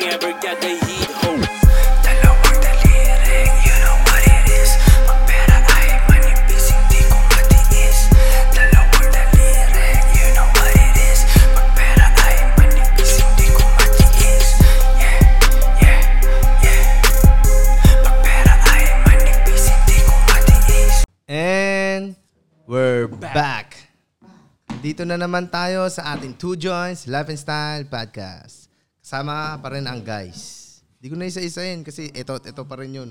tagay hiho Dalawang daliri, you know what it is Magpera ay manipis, hindi ko matiis Dalawang daliri, you know what it is Magpera ay manipis, hindi ko matiis Yeah, yeah, yeah Magpera ay manipis, hindi ko matiis And we're back. Dito na naman tayo sa ating Two Joints Life and Style Podcast. Kasama pa rin ang guys. Hindi ko na isa-isahin kasi ito, ito pa rin yun.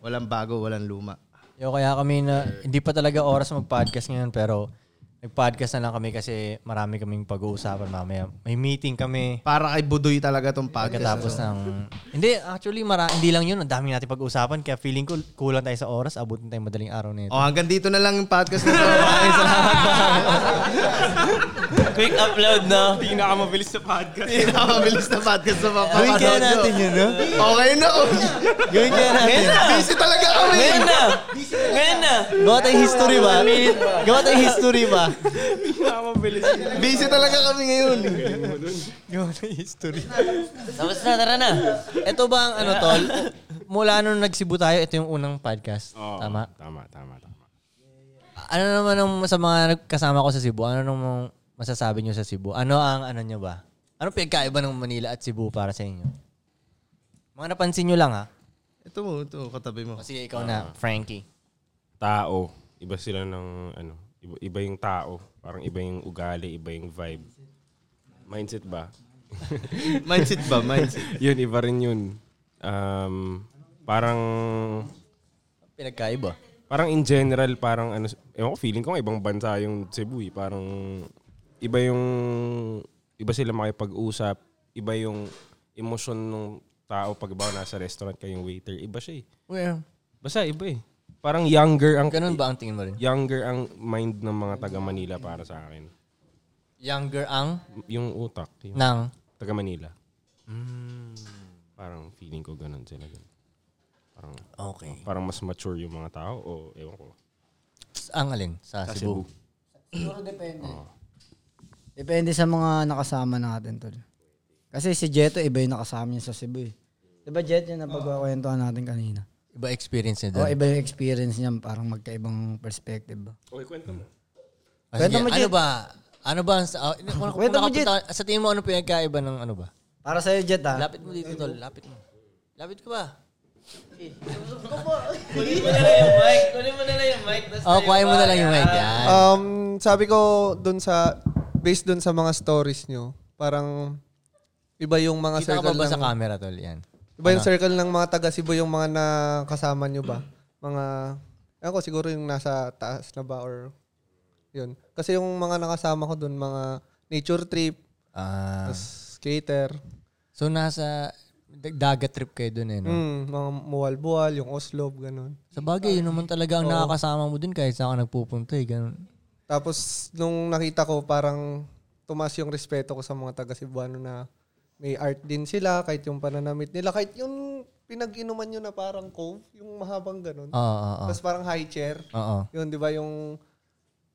Walang bago, walang luma. Yo, kaya kami na, hindi pa talaga oras mag-podcast ngayon, pero nag-podcast na lang kami kasi marami kaming pag-uusapan mamaya. May meeting kami Para kay Budoy talaga tong podcast. pagkatapos na. to. ng... Hindi, actually, mara, hindi lang yun. Ang dami natin pag-uusapan, kaya feeling ko kulang tayo sa oras. Abutin tayo madaling araw nito. Oh, hanggang dito na lang yung podcast na to. Maraming salamat. Quick upload, no? Pinakamabilis sa podcast. Pinakamabilis na podcast na mapapanood. Gawin kaya nyo. natin yun, no? Okay na. oh. Gawin kaya natin. Busy talaga kami. Ngayon na! Ngayon na! Gawa tayong history ba? Gawa tayong history ba? Pinakamabilis. Busy talaga kami ngayon. Gawa tayong history. Tapos na, tara na! Ito ba ang ano, tol? Mula nung nagsibu tayo, ito yung unang podcast. Tama? Tama, tama, tama. Ano naman ang sa mga kasama ko sa Cebu? Ano naman masasabi niyo sa Cebu? Ano ang ano niyo ba? Ano pinagkaiba ng Manila at Cebu para sa inyo? Mga napansin niyo lang ha. Ito mo, ito mo, katabi mo. Kasi ikaw na, Frankie. Tao. Iba sila ng ano. Iba, iba yung tao. Parang iba yung ugali, iba yung vibe. Mindset ba? Mindset ba? Mindset. yun, iba rin yun. Um, parang... Ano Pinagkaiba. Parang in general, parang ano... Ewan ko, feeling ko nga ibang bansa yung Cebu eh. Parang iba yung... Iba sila makipag-usap. Iba yung emosyon ng tao pag ba nasa restaurant kayong waiter. Iba siya eh. Well, Basta iba eh. Parang younger ang ganun ba ang tingin mo rin? younger ang mind ng mga taga Manila para sa akin. Younger ang Yung utak, yung ng taga Manila. Parang feeling ko ganun sila. Ganun. Parang Okay. parang mas mature yung mga tao o ewan ko. Ang alin sa, Sa Cebu. Cebu. Siguro depende. Depende sa mga nakasama natin, tol. Kasi si Jeto, iba yung nakasama niya sa Cebu eh. Diba Jeto yung napagkakwentuhan natin kanina? Iba experience niya O doon. iba yung experience niya, parang magkaibang perspective ba? Okay, kwento mo. Ah, sige, Kwento mo, ano Jet. ba? Ano ba? ang Sa, ah, kung, kung Kwento mo, Jet. nakapunta- sa tingin mo, ano pinagkaiba ng ano ba? Para sa'yo, Jet ah. ha? Lapit mo dito, tol. Lapit mo. Lapit ka ba? Kunin mo na lang yung mic. Kunin mo na lang yung mic. Basta Oh, kuhain mo na lang yung mic. Yan. Um, sabi ko doon sa based doon sa mga stories nyo, parang iba yung mga Kita ka circle ba ba sa ng camera, tol? Yan. iba yung circle ng mga taga Cebu yung mga nakasama nyo ba? Mga ako siguro yung nasa taas na ba or yun. Kasi yung mga nakasama ko doon mga nature trip, Ah. tas skater, so, nasa dag- dagat trip kayo dun eh, no? mm, mga muwal-buwal, yung Oslo, ganun. Sa bagay, yun naman talaga ang nakakasama mo dun kahit saan ka nagpupunta eh. Ganun. Tapos nung nakita ko parang tumas yung respeto ko sa mga taga Cebuano na may art din sila kahit yung pananamit nila kahit yung pinag-inuman nyo na parang cove yung mahabang ganun. Oo, oo, oo. Tapos parang high chair. Oo. Yun 'di ba yung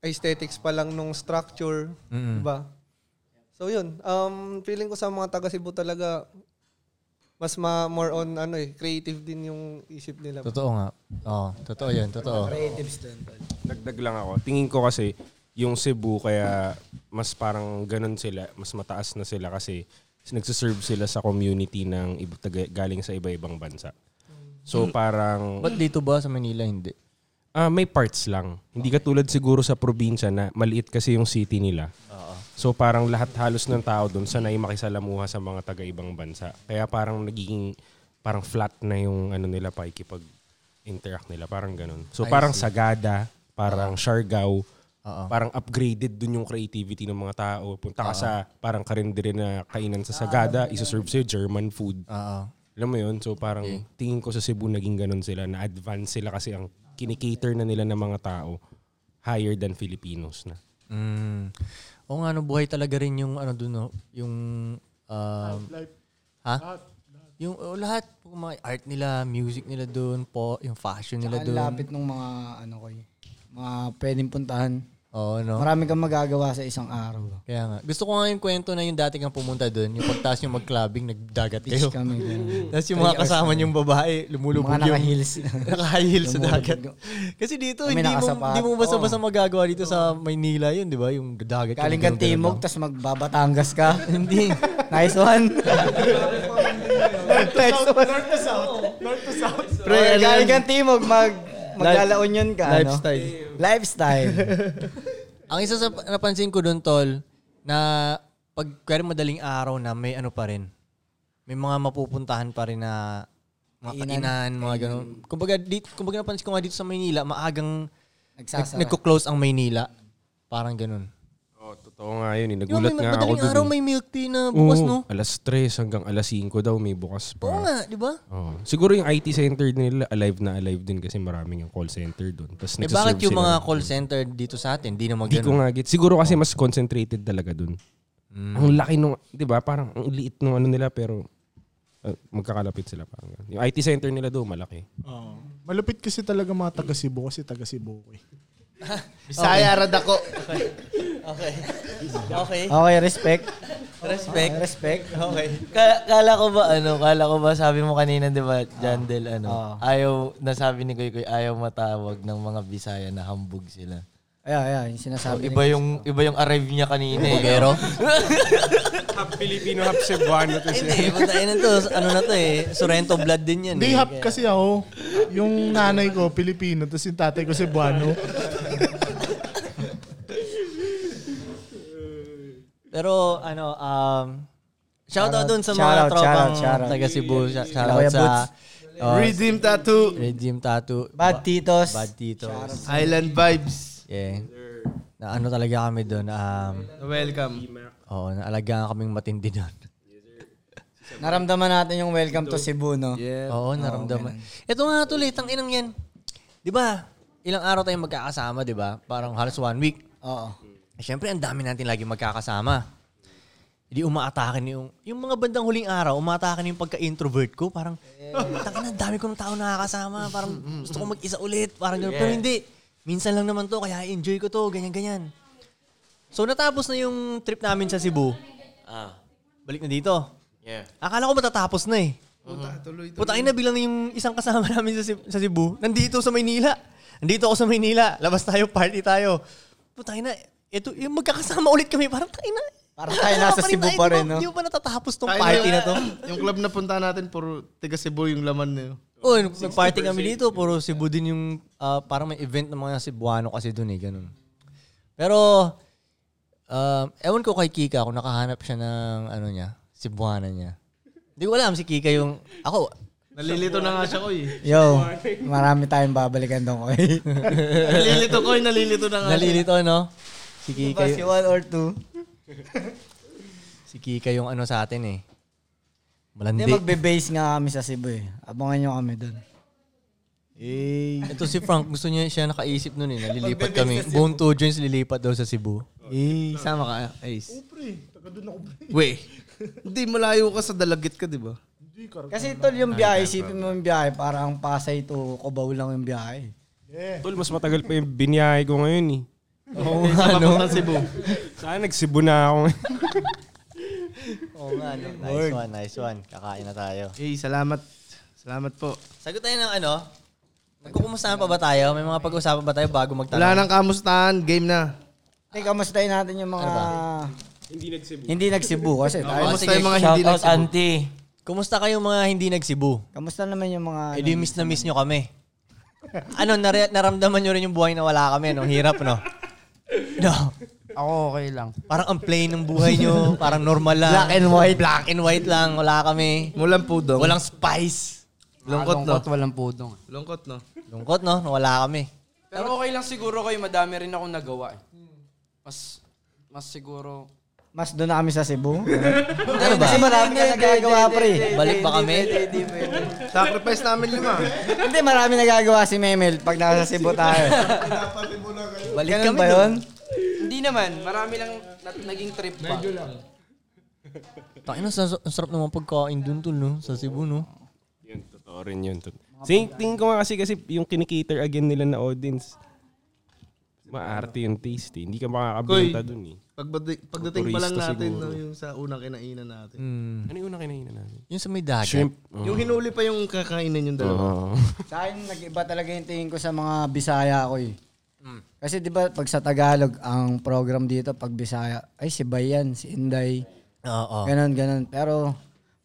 aesthetics pa lang nung structure, 'di ba? So yun, um feeling ko sa mga taga Cebu talaga mas ma more on ano eh creative din yung isip nila. Totoo nga. Oo, totoo yun. Totoo. Creatives doon, tol. Dagdag lang ako. Tingin ko kasi yung Cebu kaya mas parang ganun sila, mas mataas na sila kasi nagsiserve sila sa community ng iba, taga- galing sa iba-ibang bansa. So parang Ba't dito ba sa Manila hindi? Ah, may parts lang. Hindi katulad siguro sa probinsya na maliit kasi yung city nila. So parang lahat halos ng tao doon sanay makisalamuha sa mga taga-ibang bansa. Kaya parang nagiging parang flat na yung ano nila pakikipag interact nila, parang ganun. So parang Sagada, parang Siargao, parang upgraded dun yung creativity ng mga tao. Punta ka sa parang karinderia na kainan sa Ah, Sagada, isa-serve sa'yo German food. Oo. Alam mo yun? So parang tingin ko sa Cebu naging ganun sila. Na-advance sila kasi ang kinikater na nila ng mga tao higher than Filipinos na. Mm. Oo nga, no, buhay talaga rin yung ano dun, no? yung... Um, ha? Yung oh, lahat, yung mga art nila, music nila dun, po, yung fashion nila Ang dun. lapit nung mga, ano ko eh, mga pwedeng puntahan. Oo, no? Marami kang magagawa sa isang araw. ah. Kaya nga. Gusto ko nga yung kwento na yung dati kang pumunta doon, yung pagtaas yung mag-clubbing, nagdagat kayo. Beach kami. ganun. Tapos yung mga kasama niyong babae, lumulubog Mga yung... naka-heels. Naka-high heels sa Lumulubog dagat. yung- Kasi dito, Kami hindi mo, nakasapat. hindi mo basta-basta magagawa dito sa Maynila yun, di ba? Yung dagat. yung Galing ganun-ganun kang timog, lang. tapos magbabatangas ka. Hindi. nice one. nice one. North to south. North to south. Pre, galing kang timog, mag, maglalaon yun ka. Lifestyle. Ano? Lifestyle. Ang isa sa napansin ko doon, tol, na pag kaya madaling araw na may ano pa rin. May mga mapupuntahan pa rin na mga kainan, mga ganun. Kumbaga, dito, kumbaga napansin ko nga dito sa Maynila, maagang nag- Nagsasara. nagko-close ang Maynila. Parang ganun. Oh, totoo nga yun. eh. Di ba, may Nagulat nga ako madaling dun. eh. araw may milk tea na bukas, Oo, no? Alas 3 hanggang alas 5 daw may bukas pa. Oo nga, di ba? Oo. Siguro yung IT center nila, alive na alive din kasi maraming yung call center doon. Tapos Eh nagsaserve bakit yung mga sila. call center dito sa atin, di naman Di ko ganun? nga get. Siguro kasi mas concentrated talaga dun. Ang laki nung, di ba? Parang ang liit nung ano nila pero uh, magkakalapit sila parang. ganun. Yung IT center nila doon malaki. Oo. Malupit kasi talaga mga taga Cebu kasi taga Cebu ko eh. Bisaya rad ako. Okay. Okay. okay, respect. Respect. Respect. Okay. Kala, kala ko ba ano, kala ko ba sabi mo kanina 'di ba, Jandel ano, ayaw nasabi ni Kuy Kuy ayaw matawag ng mga Bisaya na hambog sila. Ayan, ayan, yung sinasabi. Iba yung iba yung arrive niya kanina. eh, Bogero? Half Filipino, half Cebuano. Hindi, patayin na to. Ano na to eh. Sorrento blood din yan. eh. Hindi, hap kasi ako. Yung nanay ko, Pilipino, tapos yung tatay ko, Cebuano. Pero ano, um, shout out dun sa Shoutout, mga tropang shoutout, shoutout. taga Cebu. Shout Kuya out Boots. sa oh, Redeem tattoo. Regime Tattoo. Bad titos. Bad Titos. Island vibes. Yeah. Na ano talaga kami doon. Um, Welcome. Oo, naalagaan kaming matindi doon. Naramdaman natin yung welcome to Cebu, no? Oo, naramdaman. Ito nga tuloy, tang inang yan. Di ba, ilang araw tayong magkakasama, di ba? Parang halos one week. Oo. Eh, Siyempre, ang dami natin lagi magkakasama. Hindi umaatake na yung... Yung mga bandang huling araw, umaatake na yung pagka-introvert ko. Parang, "Tangina, ang dami ko ng tao nakakasama. Parang gusto ko mag-isa ulit. Parang ganun. Pero hindi. Minsan lang naman to, kaya enjoy ko to, ganyan-ganyan. So, natapos na yung trip namin sa Cebu. Ah. Balik na dito. Yeah. Akala ko matatapos na eh. Puta, ina, biglang yung isang kasama namin sa, Ceb- sa Cebu, nandito sa Maynila. Nandito ako sa Maynila. Labas tayo, party tayo. Puta, ina, ito, yung magkakasama ulit kami. Parang, ina, Parang tayo nasa Cebu pa rin, no? Hindi ba natatapos tong Tayo party yung- na to? Yung club na punta natin, puro tiga Cebu yung laman niyo. Oo, nag-party kami dito. Puro Cebu din yung, ah, parang may event ng mga Cebuano kasi dun eh, ganun. Pero, um, ewan ko kay Kika kung nakahanap siya ng, ano niya, Cebuana niya. Hindi ko alam si Kika yung, ako, Nalilito na nga siya ko eh. Yo, marami tayong babalikan doon ko. Nalilito ko eh, nalilito na nga. nalilito, no? Si Kika Kasi yung, one or two. si Kika yung ano sa atin eh. Hindi, Malandi. magbe-base nga kami sa Cebu eh. Abangan nyo kami doon. Ito si Frank, gusto niya siya nakaisip nun eh, nalilipat kami. Buong two joints lilipat daw sa Cebu. Eh, sama ka, Ace. Oh, pre. Taga doon ako, pre. Weh. Hindi, malayo ka sa dalagit ka, di ba? Kasi tol, yung biyahe, isipin mo yung biyahe, parang Pasay to Cubao lang yung biyahe. Tol, mas matagal pa yung binyahe ko ngayon eh. Oo nga, no? Papunta Cebu. Sana nagsibo na ako. Oo nga, no? ano, Nice one, nice one. Kakain na tayo. Eh, salamat. Salamat po. Sagot tayo ng ano? Nagkukumustahan pa ba tayo? May mga pag-uusapan ba tayo bago Wala magtanong? nang kamustahan, game na. Teka, kamustahin natin yung Ano mga... Hindi nag-Cebu. Hindi nag kasi Oh, tayo. Kamusta yung mga hindi Shout out nagsibo? auntie. Kumusta kayong mga hindi nag-Cebu? Kamusta naman yung mga... Eh di miss na miss nyo kami. ano, nare- naramdaman nyo rin yung buhay na wala kami. Anong hirap, no? No. Ako okay lang. Parang ang plain ng buhay nyo. Parang normal lang. Black and white. Black and white lang. Wala kami. Mulang pudong. Walang spice. Lungkot, no? walang pudong. Lungkot, no? Lungkot, no? Wala kami. Pero okay lang siguro kayo, madami rin akong nagawa. eh. Mas, mas siguro... Mas doon na kami sa Cebu. Ano ba? Kasi marami ka nagagawa, pre. Balik ba kami? Sacrifice namin ah. lima. Hindi, marami nagagawa si Memel pag nasa Cebu tayo. Balik Ganun kami ba doon. yun? Hindi naman, marami lang na- naging trip pa. Tangina, sa- ang sarap naman pagkain dun, tol, no? Sa Cebu, no? yun, totoo rin yun. Tot- Sing- tingin ko nga kasi, kasi yung kinikater again nila na audience. Maarte yung taste eh. Hindi ka makakabenta Koy. dun eh. Pagbati- pagdating pa lang Turista natin siguro. no, yung sa unang kinainan natin. Ano yung unang kinainan natin? Yung sa may dagat. Shrimp. Yung hinuli pa yung kakainan yung dalawa. Oo. Sa akin, nag-iba talaga yung tingin ko sa mga Bisaya ako eh. Hmm. Kasi di ba pag sa Tagalog, ang program dito pag Bisaya, ay si Bayan, si Inday, Oo. ganon, ganon. Pero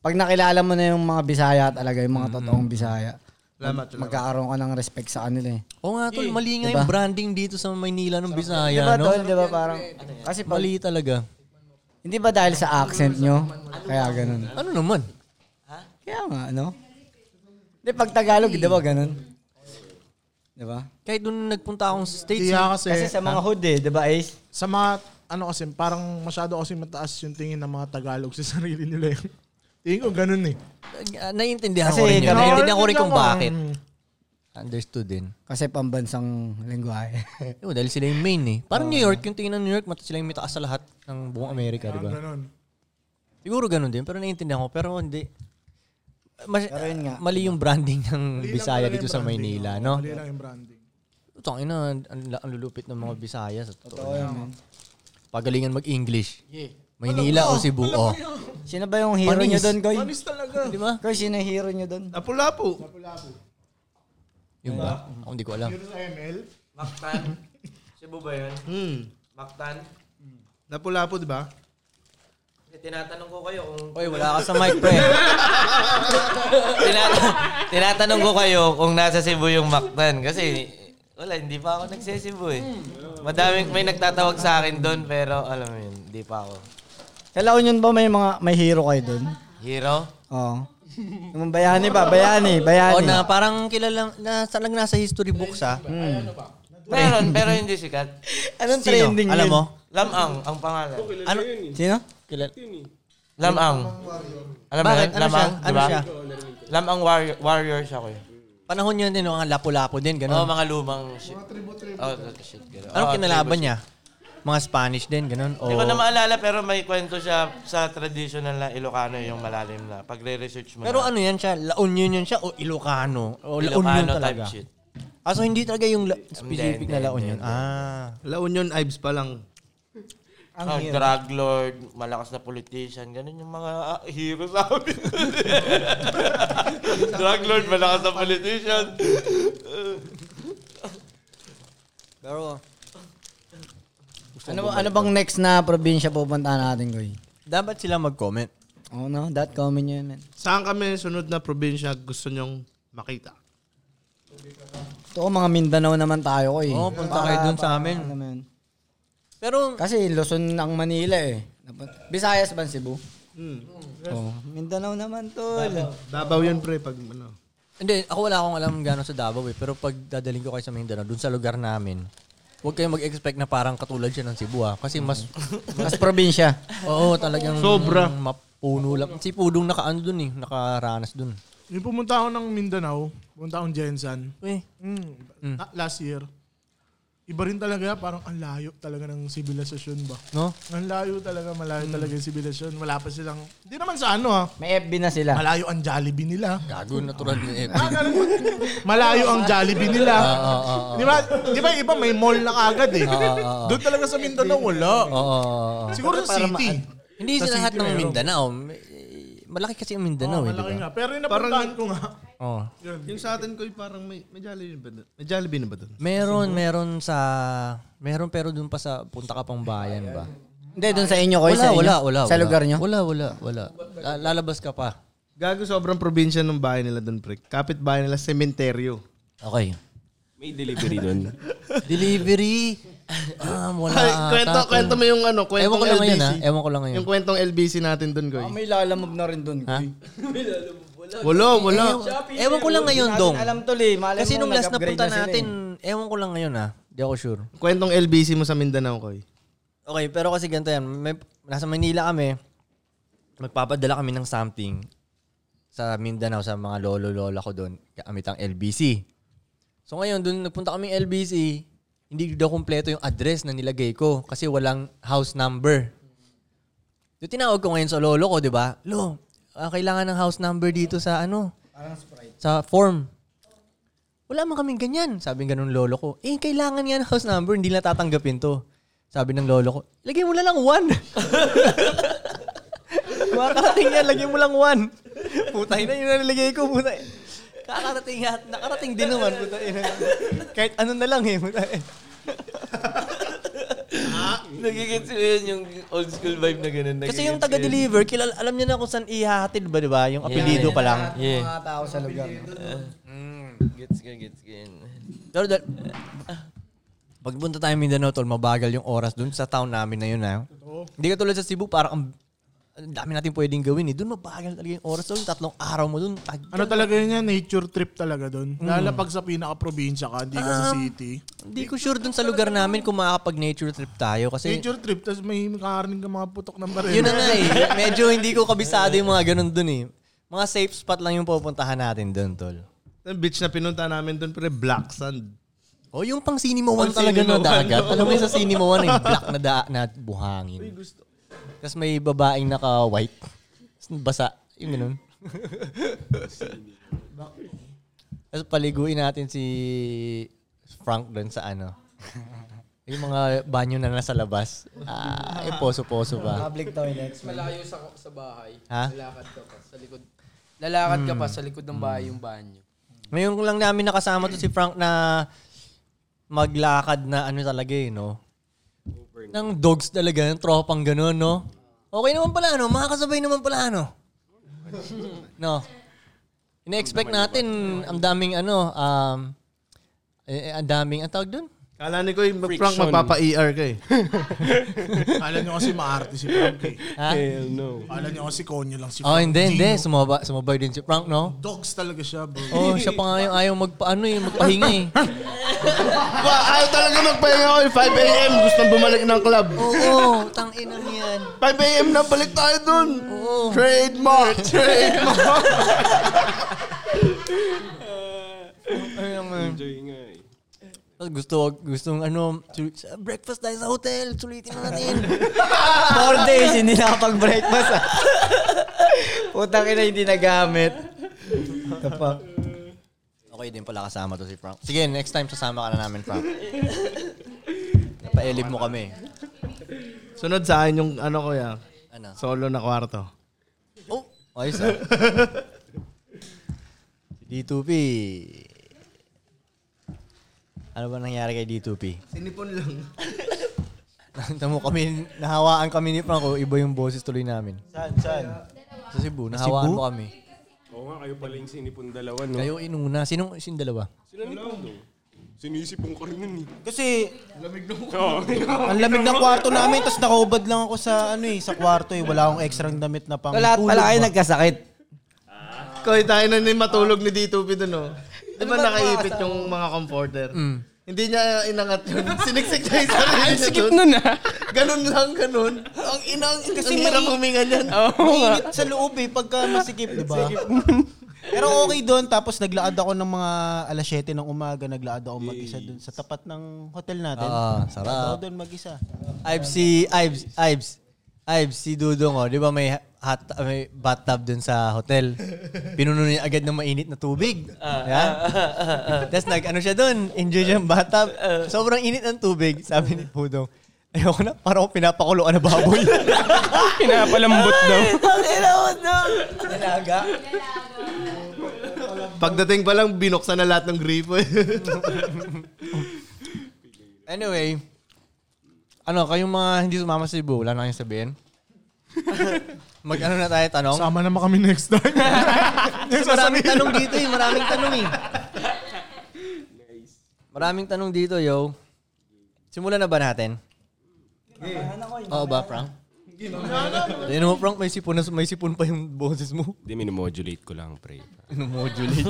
pag nakilala mo na yung mga Bisaya talaga, yung mga totoong Bisaya, Salamat, mag- magkakaroon ka ng respect sa kanila eh. Oo nga tol, mali nga yung branding dito sa Maynila ng Di Bisaya, ba no? Diba, tol, di ba parang, kasi pag, Mali talaga. hindi ba dahil sa accent nyo, kaya ganon. Ano naman? Kaya nga, ano? Di pag Tagalog, di ba ganon? Di ba? Kahit doon nagpunta akong sa States. Kaya eh. kasi, Kasi sa mga hood eh, di ba Ace? sa mga, ano kasi, parang masyado kasi mataas yung tingin ng mga Tagalog sa sarili nila. eh. tingin ko ganun eh. Ah, Naiintindihan ko Kasi rin yun. kami- Naiintindihan ko rin kung Ganun lang, bakit. ah. Understood din. Kasi pambansang lingwahe. Yo, dahil sila yung main eh. Parang New York, yung tingin ng New York, mata sila yung may taas sa lahat ng buong Amerika, di ba? Ganun. Siguro ganun din, pero naiintindihan ko. Pero hindi. Mas, Pero yun nga. mali yung branding ng Mali lang Bisaya talaga dito yung sa branding, Maynila, oh. no? Mali lang yung branding. Putang ina, ang, ang- ang lulupit ng mga Bisaya sa totoo. lang. Pagalingan mag-English. Maynila o Cebu, oh. Sino ba yung hero Panis. nyo doon, Koy? Panis talaga. Di ba? Koy, sino yung hero nyo doon? Lapu-lapu. Yung Diba? ba? Ako hindi ko alam. Pero sa ML, Mactan. Cebu ba yun? Hmm. Mactan. Lapu-lapu, di ba? Tinatanong ko kayo kung... Oy, wala ka sa mic, pre. Tinata- tinatanong ko kayo kung nasa Cebu yung Mactan kasi wala, hindi pa ako nagsesibu eh. Madaming may nagtatawag sa akin doon pero alam mo yun, hindi pa ako. Kala ko yun ba may mga may hero kayo doon? Hero? Oo. Yung bayani ba? Bayani, bayani. o na, parang kilala, na, talagang nasa history books, ah. Meron, pero hindi sikat. Anong Sino? trending Alam yun? mo? Lamang ang pangalan. Ano? Sino? Lamang. Alam mo Bakit? yun? Ano siya? Lamang, Ano di ba? siya? Lamang warrior, warrior siya ko eh. Panahon yun din, mga lapo-lapo din, Oo, gano'n. mga lumang shit. Mga tribo-tribo. Oh, shit. ganun. Ano? Anong Oo, kinalaban niya? Mga Spanish din, gano'n. O, Hindi ko na maalala pero may kwento siya sa traditional na Ilocano yung malalim na. Pag re-research mo pero na, ano yan siya? La Union yan siya o Ilocano? O La Union Ilocano talaga? type shit. Ah, so hindi talaga yung la- specific hindi, na La hindi, Union. Ah. La Union Ives pa lang. Ang Ah, drug lord, malakas na politician, ganun yung mga ah, hero sa amin. drug lord, malakas na politician. Pero, Ano, ano bang next na probinsya pupunta natin, Koy? dapat sila mag-comment. Oo no, that comment yun, man. Saan kami sunod na probinsya gusto nyong makita? Ito, mga Mindanao naman tayo, Koy. Oo, punta kayo dun sa amin. Ano man. Pero, Kasi Luzon ang Manila eh. Napun- Visayas ba ang Cebu? Oo. Mindanao naman, tol. Dabaw Hmm. yun, pre, pag ano. hindi, ako wala akong alam gano'n sa Davao eh. Pero pag dadaling ko kayo sa Mindanao, dun sa lugar namin, huwag kayong mag-expect na parang katulad siya ng Cebu ah. Kasi mas, Mas probinsya. oo, talagang Sobra. mapuno lang. Si Pudong nakaano dun eh, nakaranas dun. yung pumunta ako ng Mindanao, pumunta akong Jensen. Eh, Mm, na- last year. Iba rin talaga, parang ang layo talaga ng sibilisasyon ba? no? Ang layo talaga, malayo Hmm. talaga yung sibilisasyon. Wala pa silang, hindi naman sa ano ha, May FB na sila. malayo ang Jollibee nila. Gago, natural na eh. Malayo ang Jollibee nila. Ah, Di ba, di ba yung iba may mall na agad eh. ah. Doon talaga sa Mindanao wala. Siguro sa city. Hindi sa lahat ng Mindanao. May- Malaki kasi ang Mindanao, eh, di Malaki ba? nga. Pero yung napuntahan ko nga. Oo. Yung sa atin ko, parang may, may Jollibee na ba doon? May Jollibee na ba doon? Meron, meron sa... Meron pero dun pa sa punta ka pang bayan ba? Hindi, dun sa inyo, Koy. Wala, sa inyo. wala, wala. Sa wala. lugar nyo. Wala, wala, wala. La- Lalabas ka pa. Gago sobrang probinsya ng bahay nila doon, pre. Kapit bahay nila, sementeryo. Okay. May delivery doon. Delivery. Ah, wala. Ay, ata kwento, to. kwento mo yung ano, Ewan kwentong ko lang LBC. ngayon, ah. Ewan ko lang ngayon. Ah, Yung kwentong LBC natin doon, Koy. Ah, may lalamove na rin doon, Ha? Wala, wala. Ewan ko lang ngayon, Dong. Alam tol eh, malay Kasi mo, nung last na nag-upgrade punta na sila eh. natin, ewan ko lang ngayon, ah. Hindi ako sure. Kwentong LBC mo sa Mindanao, Koy. Okay, pero kasi ganito yan. May, nasa Manila kami, magpapadala kami ng something sa Mindanao, sa mga lolo-lola ko doon, gamit ang LBC. So ngayon, doon nagpunta kami LBC, hindi daw kumpleto yung address na nilagay ko kasi walang house number. So tinawag ko ngayon sa lolo ko, di ba? Lo, ah, kailangan ng house number dito sa ano? Parang Sprite. Sa form. wala man kaming ganyan. Sabi ng ganun lolo ko, eh, kailangan yan house number, hindi na tatanggapin to. Sabi ng lolo ko, lagay mo na lang one. Makakarating yan, lagay mo lang one. Putay na, yun na nilagay ko. Putay. Kakarating yan, nakarating din naman. Putay na. Kahit ano na lang eh. Putay. Nagigits mo yun yung old school vibe na ganun. Kasi yung taga-deliver, kilala, alam niya na kung saan ihahatid ba, di ba? Yung apelido pa lang. Yeah. Mm, Mga tao sa lugar. Gets ka, gets ka yun. Pero dal- pagpunta tayo Mindanao, tol, mabagal yung oras dun sa town namin na yun. Ha? Hindi ka tulad sa Cebu, parang ang ang dami natin pwedeng gawin eh. Doon mabagal talaga yung oras. Doon tatlong araw mo doon. Ano talaga yun yan? Nature trip talaga doon. Lalo pag sa pinaka-probinsya ka, hindi ka sa city. Hindi ko sure doon sa lugar namin kung makakapag-nature trip tayo. Kasi Nature trip, tapos may makakarinig ka mga putok ng baril. yun na nga eh. Medyo hindi ko kabisado yung mga ganun doon eh. Mga safe spot lang yung pupuntahan natin doon, tol. Yung beach na pinunta namin doon, pre, black sand. O Oh, yung pang Cinema One Pang talaga na Cinema One, dagat. no? Alam mo yung sa Cinema One, yung black na, da- na buhangin. Tapos may babaeng naka-white. Tas Basa. Yung ganun. Tapos paliguin natin si Frank doon sa ano. yung mga banyo na nasa labas. Ah, eh, poso-poso ba? Public toilets. Malayo sa, sa bahay. Ha? Lalakad ka pa sa likod. Lalakad ka pa sa likod ng bahay yung banyo. Ngayon ko lang namin nakasama to si Frank na maglakad na ano talaga eh, no? Nang dogs talaga, ng tropang ganun, no? Okay naman pala, no? Makakasabay naman pala, no? no? Ina-expect natin, ang daming ano, um, eh, eh, ang daming, ang tawag doon? Kala ni ko yung prank magpapa-ER ka eh. Kala nyo kasi maarte si Frank eh. Ha? Kala nyo kasi konyo lang si Oh, Frank. hindi, hindi. Gino. Sumaba, sumabay din si Frank, no? Dogs talaga siya, bro. Oh, siya pa nga yung ayaw magpaano eh, magpahinga eh. Ba, ayaw talaga magpahinga ko eh. 5 a.m. Gusto bumalik ng club. Oo, tangin ang yan. 5 a.m. na balik tayo doon. Oo. Trademark, trademark. Ayun naman. Tapos gusto, gustong ano, tu- sa- breakfast tayo sa hotel, sulitin na natin. Four days, hindi nakapag-breakfast ah. Putang ina, hindi nagamit. Tapak. okay din pala kasama to si Frank. Sige, next time sasama ka na namin, Frank. Napailib mo kami. Sunod sa akin yung ano ko ya. Ano? Solo na kwarto. Oh, ayos ah. Si D2P. Ano ba nangyari kay D2P? Sinipon lang. Nakita mo kami, nahawaan kami ni Franco, iba yung boses tuloy namin. Saan, saan? Sa Cebu, nahawaan mo kami. Oo nga, kayo pala yung sinipon dalawa, no? Kayo inuna, sinong, sinong dalawa? Sila ni Pondo. Sinisipon ko rin nun eh. Kasi... Ang lamig ng kwarto namin, tapos nakahubad lang ako sa ano eh, sa kwarto eh. Wala akong extra damit na pang So lahat pala kayo nagkasakit. Kaya tayo na ni matulog ni Dito Pido no. oh. Di Ano ba nakaipit yung mga comforter? Mm. Hindi niya inangat yun. Siniksik niya yung sarili niya doon. nun ah. Ganun lang, ganun. Ang inang, kasi Kasi ang hirap mali- huminga niyan. Mainit sa loob eh, pagka masikip, di ba? Pero okay doon, tapos naglaad ako ng mga alas 7 ng umaga, naglaad ako mag-isa doon sa tapat ng hotel natin. Ah, sarap. Naglaad ako doon mag-isa. I've si Ives Ives Ives si Dudong oh, 'di ba may hot may bathtub dun sa hotel. Pinuno niya agad ng mainit na tubig. Yan. Tapos nag ano siya dun, enjoy siya yung bathtub. Sobrang init ng tubig, sabi ni Dudong. Ayoko na, parang ako pinapakuluan na baboy. Pinapalambot daw. Talaga? Pagdating pa lang, binuksan na lahat ng grifo. eh. Anyway, ano, kayong mga hindi sumama sa Cebu, wala na kayong sabihin? Mag ano na tayo tanong? Sama naman kami next time. Kasi maraming tanong dito eh. Maraming tanong eh. Maraming tanong dito, yo. Simulan na ba natin? Oo ba, Frank? Ayun mo, Frank, may sipon, na, may sipon pa yung boses mo. Hindi, minomodulate ko lang, pre. Inomodulate.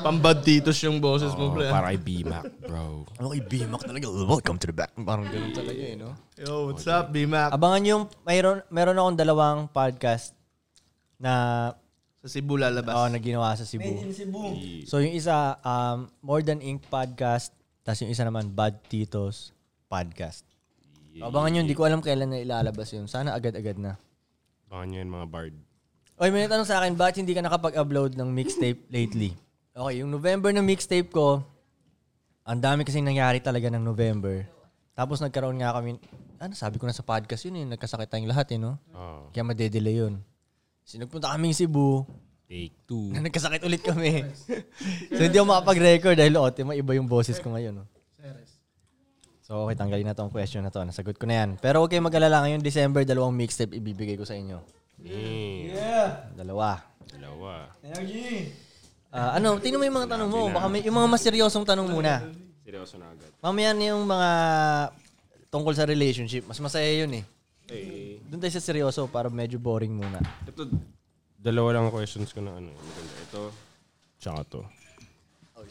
Pambaditos yung boses mo, Oh, pre. para kay BMAC, bro. ano kay Bimak talaga? Welcome to the back. Parang ganun talaga eh, no? Yo, what's up, BMAC? Abangan yung, mayroon, meron akong dalawang podcast na Sa Cebu lalabas. Oo, na ginawa sa Cebu. So yung isa, um, More Than Ink Podcast. Tapos yung isa naman, Bad Titos Podcast. Abangan yun, di ko alam kailan na ilalabas yun. Sana agad-agad na. Baka nyo yun, mga bard. Oy, may natanong sa akin, bakit hindi ka nakapag-upload ng mixtape lately? Okay, yung November na mixtape ko, ang dami kasi nangyari talaga ng November. Tapos nagkaroon nga kami, ano sabi ko na sa podcast yun, eh, nagkasakit tayong lahat, eh, no? Oh, Kaya madedelay yun. So, nagpunta kaming Cebu, take two. na nagkasakit ulit kami. so, hindi ako makapag-record dahil, oh, tima, iba yung boses ko ngayon. Oh. So, okay, tanggalin na tong question na to. Nasagot ko na yan. Pero okay, mag-alala. Ngayong December, dalawang mixtape ibibigay ko sa inyo. Dalawa. Dalawa. Ah, ano, tingnan mo yung mga tanong mo. Baka may, yung mga mas seryosong tanong muna. Seryoso na agad. Mamaya na yung mga tungkol sa relationship. Mas masaya yun eh. Eh, Doon tayo sa seryoso para medyo boring muna. ito, dalawa lang ang questions ko na ano. eh, Maganda. Ito, tsaka to.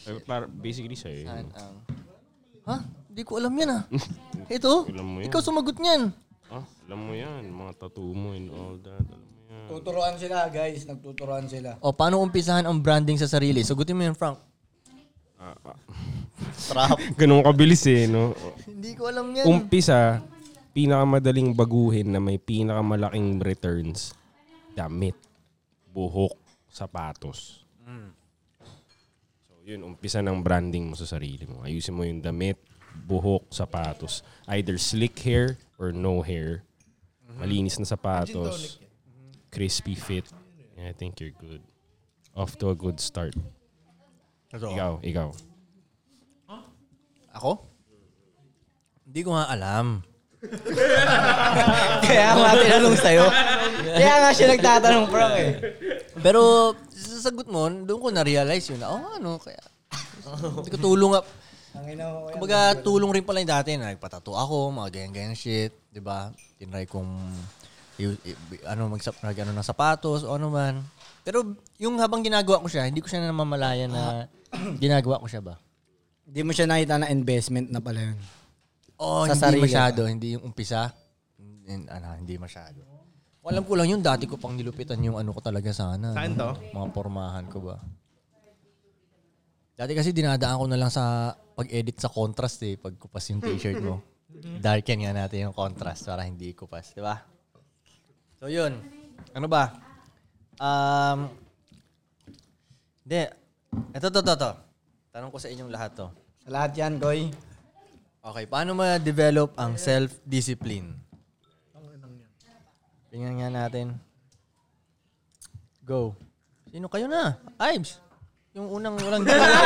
Eh, para, basically sa'yo. yun. Ha? Hindi ko alam yan ah. Ito? Alam mo yan. Ikaw sumagot niyan. Ah, alam mo yan. Mga tattoo mo and all that. Alam mo yan. Tuturuan sila, guys. Nagtuturuan sila. O, paano umpisahan ang branding sa sarili? Sagutin mo yun, Frank. Ganun kabilis eh, no? Hindi ko alam yan. Umpisa, pinakamadaling baguhin na may pinakamalaking returns. Damit, buhok, sapatos. So yun, umpisa ng branding mo sa sarili mo. Ayusin mo yung damit, buhok, sapatos. Either slick hair or no hair. Malinis na sapatos. Crispy fit. Yeah, I think you're good. Off to a good start. Ikaw, ikaw. Ako? Hindi ko nga alam. Kaya nga tinanong sa'yo. Kaya nga siya nagtatanong, Frank eh. Pero sa sagot mo, doon ko na-realize yun. na, Oh, ano, kaya... Hindi ko tulong nga. Kumbaga, tulong rin pala yung dati. na Nagpatato ako, mga ganyan-ganyan shit. Di ba? Tinry kong i- i- ano, mag, ano ng sapatos o ano man. Pero yung habang ginagawa ko siya, hindi ko siya namamalaya na ginagawa ko siya ba? Hindi mo siya nakita na investment na pala yun. Oh, Sa hindi sarili. masyado. Hindi yung umpisa. Hindi- ano, hindi masyado. Alam ko lang yun, dati ko pang nilupitan yung ano ko talaga sana. Saan to? Mga pormahan ko ba. Dati kasi dinadaan ko na lang sa pag-edit sa contrast eh, pag kupas yung t-shirt mo. Mm-hmm. Darken nga natin yung contrast para hindi kupas, di ba? So yun, ano ba? Um, hindi, eto, to, to, to. Tanong ko sa inyong lahat to. Sa lahat yan, Koy. Okay, paano ma-develop ang self-discipline? Tingnan nga natin. Go. Sino kayo na? Ives. Yung unang walang ginawa.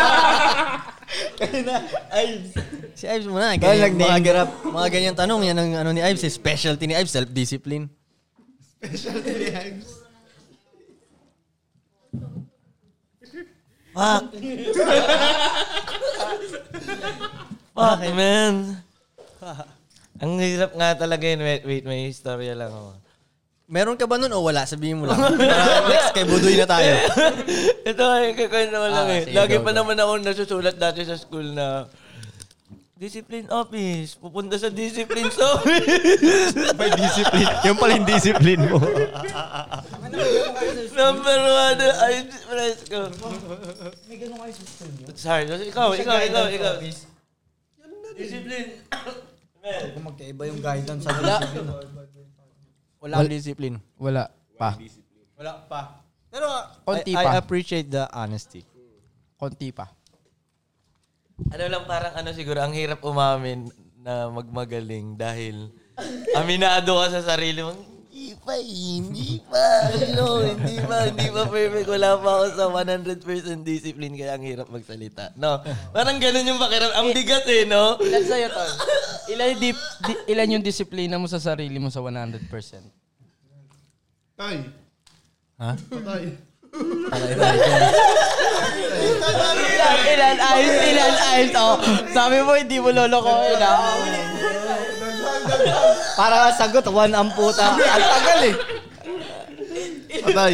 Ives. Si Ives muna. eh. Ganyan, mga, ganap, mga ganyan tanong. Yan ang ano ni Ives. eh. Specialty ni Ives, self-discipline. Specialty ni Ives. Fuck. Fuck, man. Ang hirap nga talaga yun. Wait, wait, may istorya lang ako. Meron ka ba nun o wala? Sabihin mo lang. Para next kay Budoy na tayo. Ito ay kakwento ko lang Ah, eh. sige, Lagi go, pa go. naman ako nasusulat dati sa school na discipline office. Pupunta sa discipline office. May discipline. Yung pala yung discipline mo. Number one, ay, fresco. Sorry, ikaw, ikaw, ikaw, ikaw. Discipline. Kung magkaiba yung guidance sa Wala. Wala ang discipline. Wala pa. Wala pa. Pero Konti I, I pa. appreciate the honesty. Konti pa. Ano lang parang ano siguro, ang hirap umamin na magmagaling dahil aminado ka sa sarili mo. Hindi pa, eh, hindi pa. No, hindi pa, hindi pa perfect. Wala pa ako sa 100% discipline kaya ang hirap magsalita. No, parang ganun yung pakiram. Ang bigat eh, no? Ilan sa'yo, Tol? Ilan, yung dip, di- ilan yung disiplina mo sa sarili mo sa 100%? Tay. Ha? Tay. Ilan, ilan, ayos, ilan, ayos. Oh, sabi mo, hindi mo lolokohin, ah. Para sagot, one ang puta. Ang tagal eh. Patay.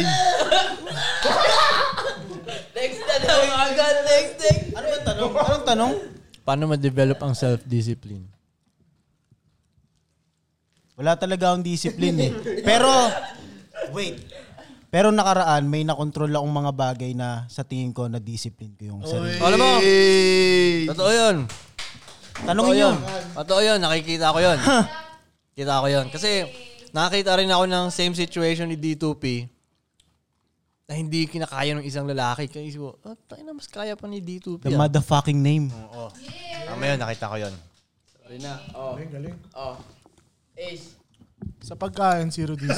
Next na daw, agad, next, next. Anong tanong? Paano ma-develop ang self-discipline? Wala talaga akong discipline eh. Pero, wait. Pero nakaraan, may nakontrol akong mga bagay na sa tingin ko na discipline ko yung sarili. Alam mo? Totoo yun. Tanongin nyo. Totoo yun. Nakikita ko yun. Kita ko yun. Kasi nakakita rin ako ng same situation ni D2P. na hindi kinakaya ng isang lalaki. Kaya isip ko, oh, tayo na mas kaya pa ni The D2P. motherfucking name. Tama yun, nakita ko yun. Sorry na. Oh. Galing, galing. Oh. Ace. Sa pagkain, zero DC.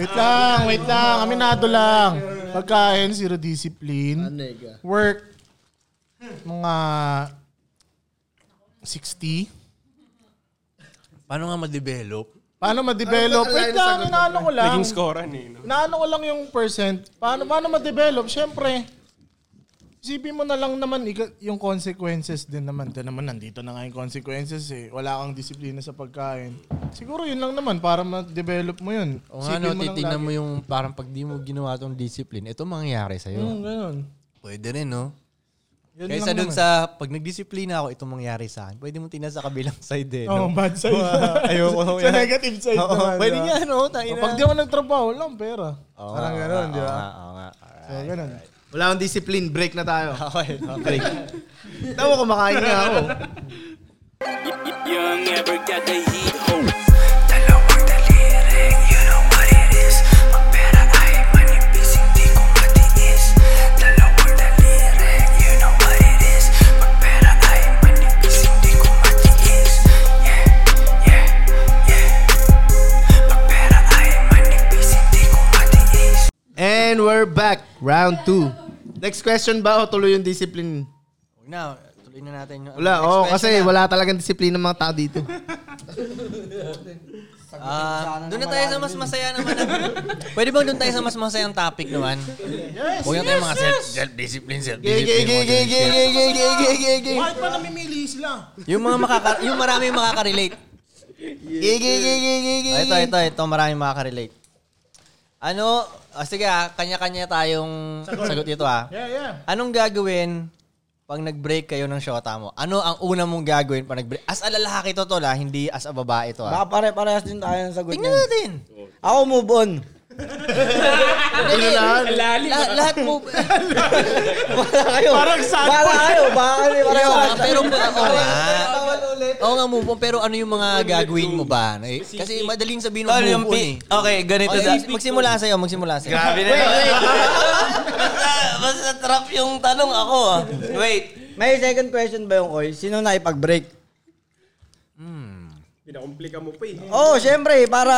wait lang, wait lang. Aminado lang. Pagkain, zero discipline. Nega. Work, mga 60. Paano nga ma-develop? Paano ma-develop? Wait lang, inaano ko lang. Naging scorean eh. No? Inaano ko lang yung percent. Paano, paano ma-develop? Siyempre, isipin mo na lang naman ika- yung consequences din naman. Ito naman, nandito na nga yung consequences eh. Wala kang disiplina sa pagkain. Siguro yun lang naman para ma-develop mo yun. O nga no, titignan mo yung parang pag di mo ginawa tong discipline, ito mangyayari sa'yo. Yung ganun. Pwede rin, no? Mm. Yun Kaysa lang dun naman. sa, pag nagdisiplina ako, ito mangyayari sa akin. Pwede mo tingnan sa kabilang side eh, no? Oh, bad side. Ayoko. sa negative side Oo, naman. pwede di ba? nga, no? Tayo O, na. Pag di ako nagtrabaho, wala akong pera. Oo Parang nga, ganun, oo di ba? nga, oo nga. So, ganun. Wala akong discipline. Break na tayo. Okay, okay. Tawa kumakain nga ako. Young ever got the heat ho. Dalawang daliri, eh. you know what it is. Magpera ay manipis, hindi ko matiis. Dalawang daliri, eh. you know what it is. Magpera ay manipis, hindi ko matiis. Yeah, yeah, yeah. Magpera ay manipis, hindi ko matiis. And we're back. Round two. Next question ba o tuloy yung discipline? Huwag na, tuloy na natin. yung- Next Wala, oh, question kasi na. wala talagang disiplina ng mga tao dito. Ah, doon na tayo sa mas masaya naman. Pwede bang doon tayo sa mas masayang topic naman? Yes, Huwag yes, tayo mga self, self-discipline, Gay, gay, self-discipline. gay, gay, gay, gay, gay, gay, gay, gay, gay. Bakit pa namimili sila? Yung mga makaka, yung marami yung makaka-relate. Gay, gay, gay, gay, gay, Ah, gay, ito, ito, ito, marami makaka-relate. Ano, ah, sige ah, kanya-kanya tayong sagot dito ah. Yeah, yeah. Anong gagawin pag nag-break kayo ng shota mo? Ano ang una mong gagawin pag nag-break? As a lalaki to tol ah, hindi as a babae to ah. Baka pare-parehas din tayo ng sagot Tingnan niyan. natin. Ako move on. Ano Lahat, lahat mo. Bahala kayo. Parang sad. Bahala ano? kayo. Bahala kayo. Bahala Pero, kayo. pero, oo nga. Oo nga, move on. Pero ano yung mga gagawin mo ba? Eh, Kasi madaling sabihin mo Tol, Ano yung move on eh. pi- Okay, ganito sa... Okay, magsimula sa'yo, magsimula sa'yo. Grabe na yun. basta, basta trap yung tanong ako ah. Wait. May second question ba yung Oy? Sino na ipag-break? Pinakomplika mo pa eh. Oo, oh, syempre. Para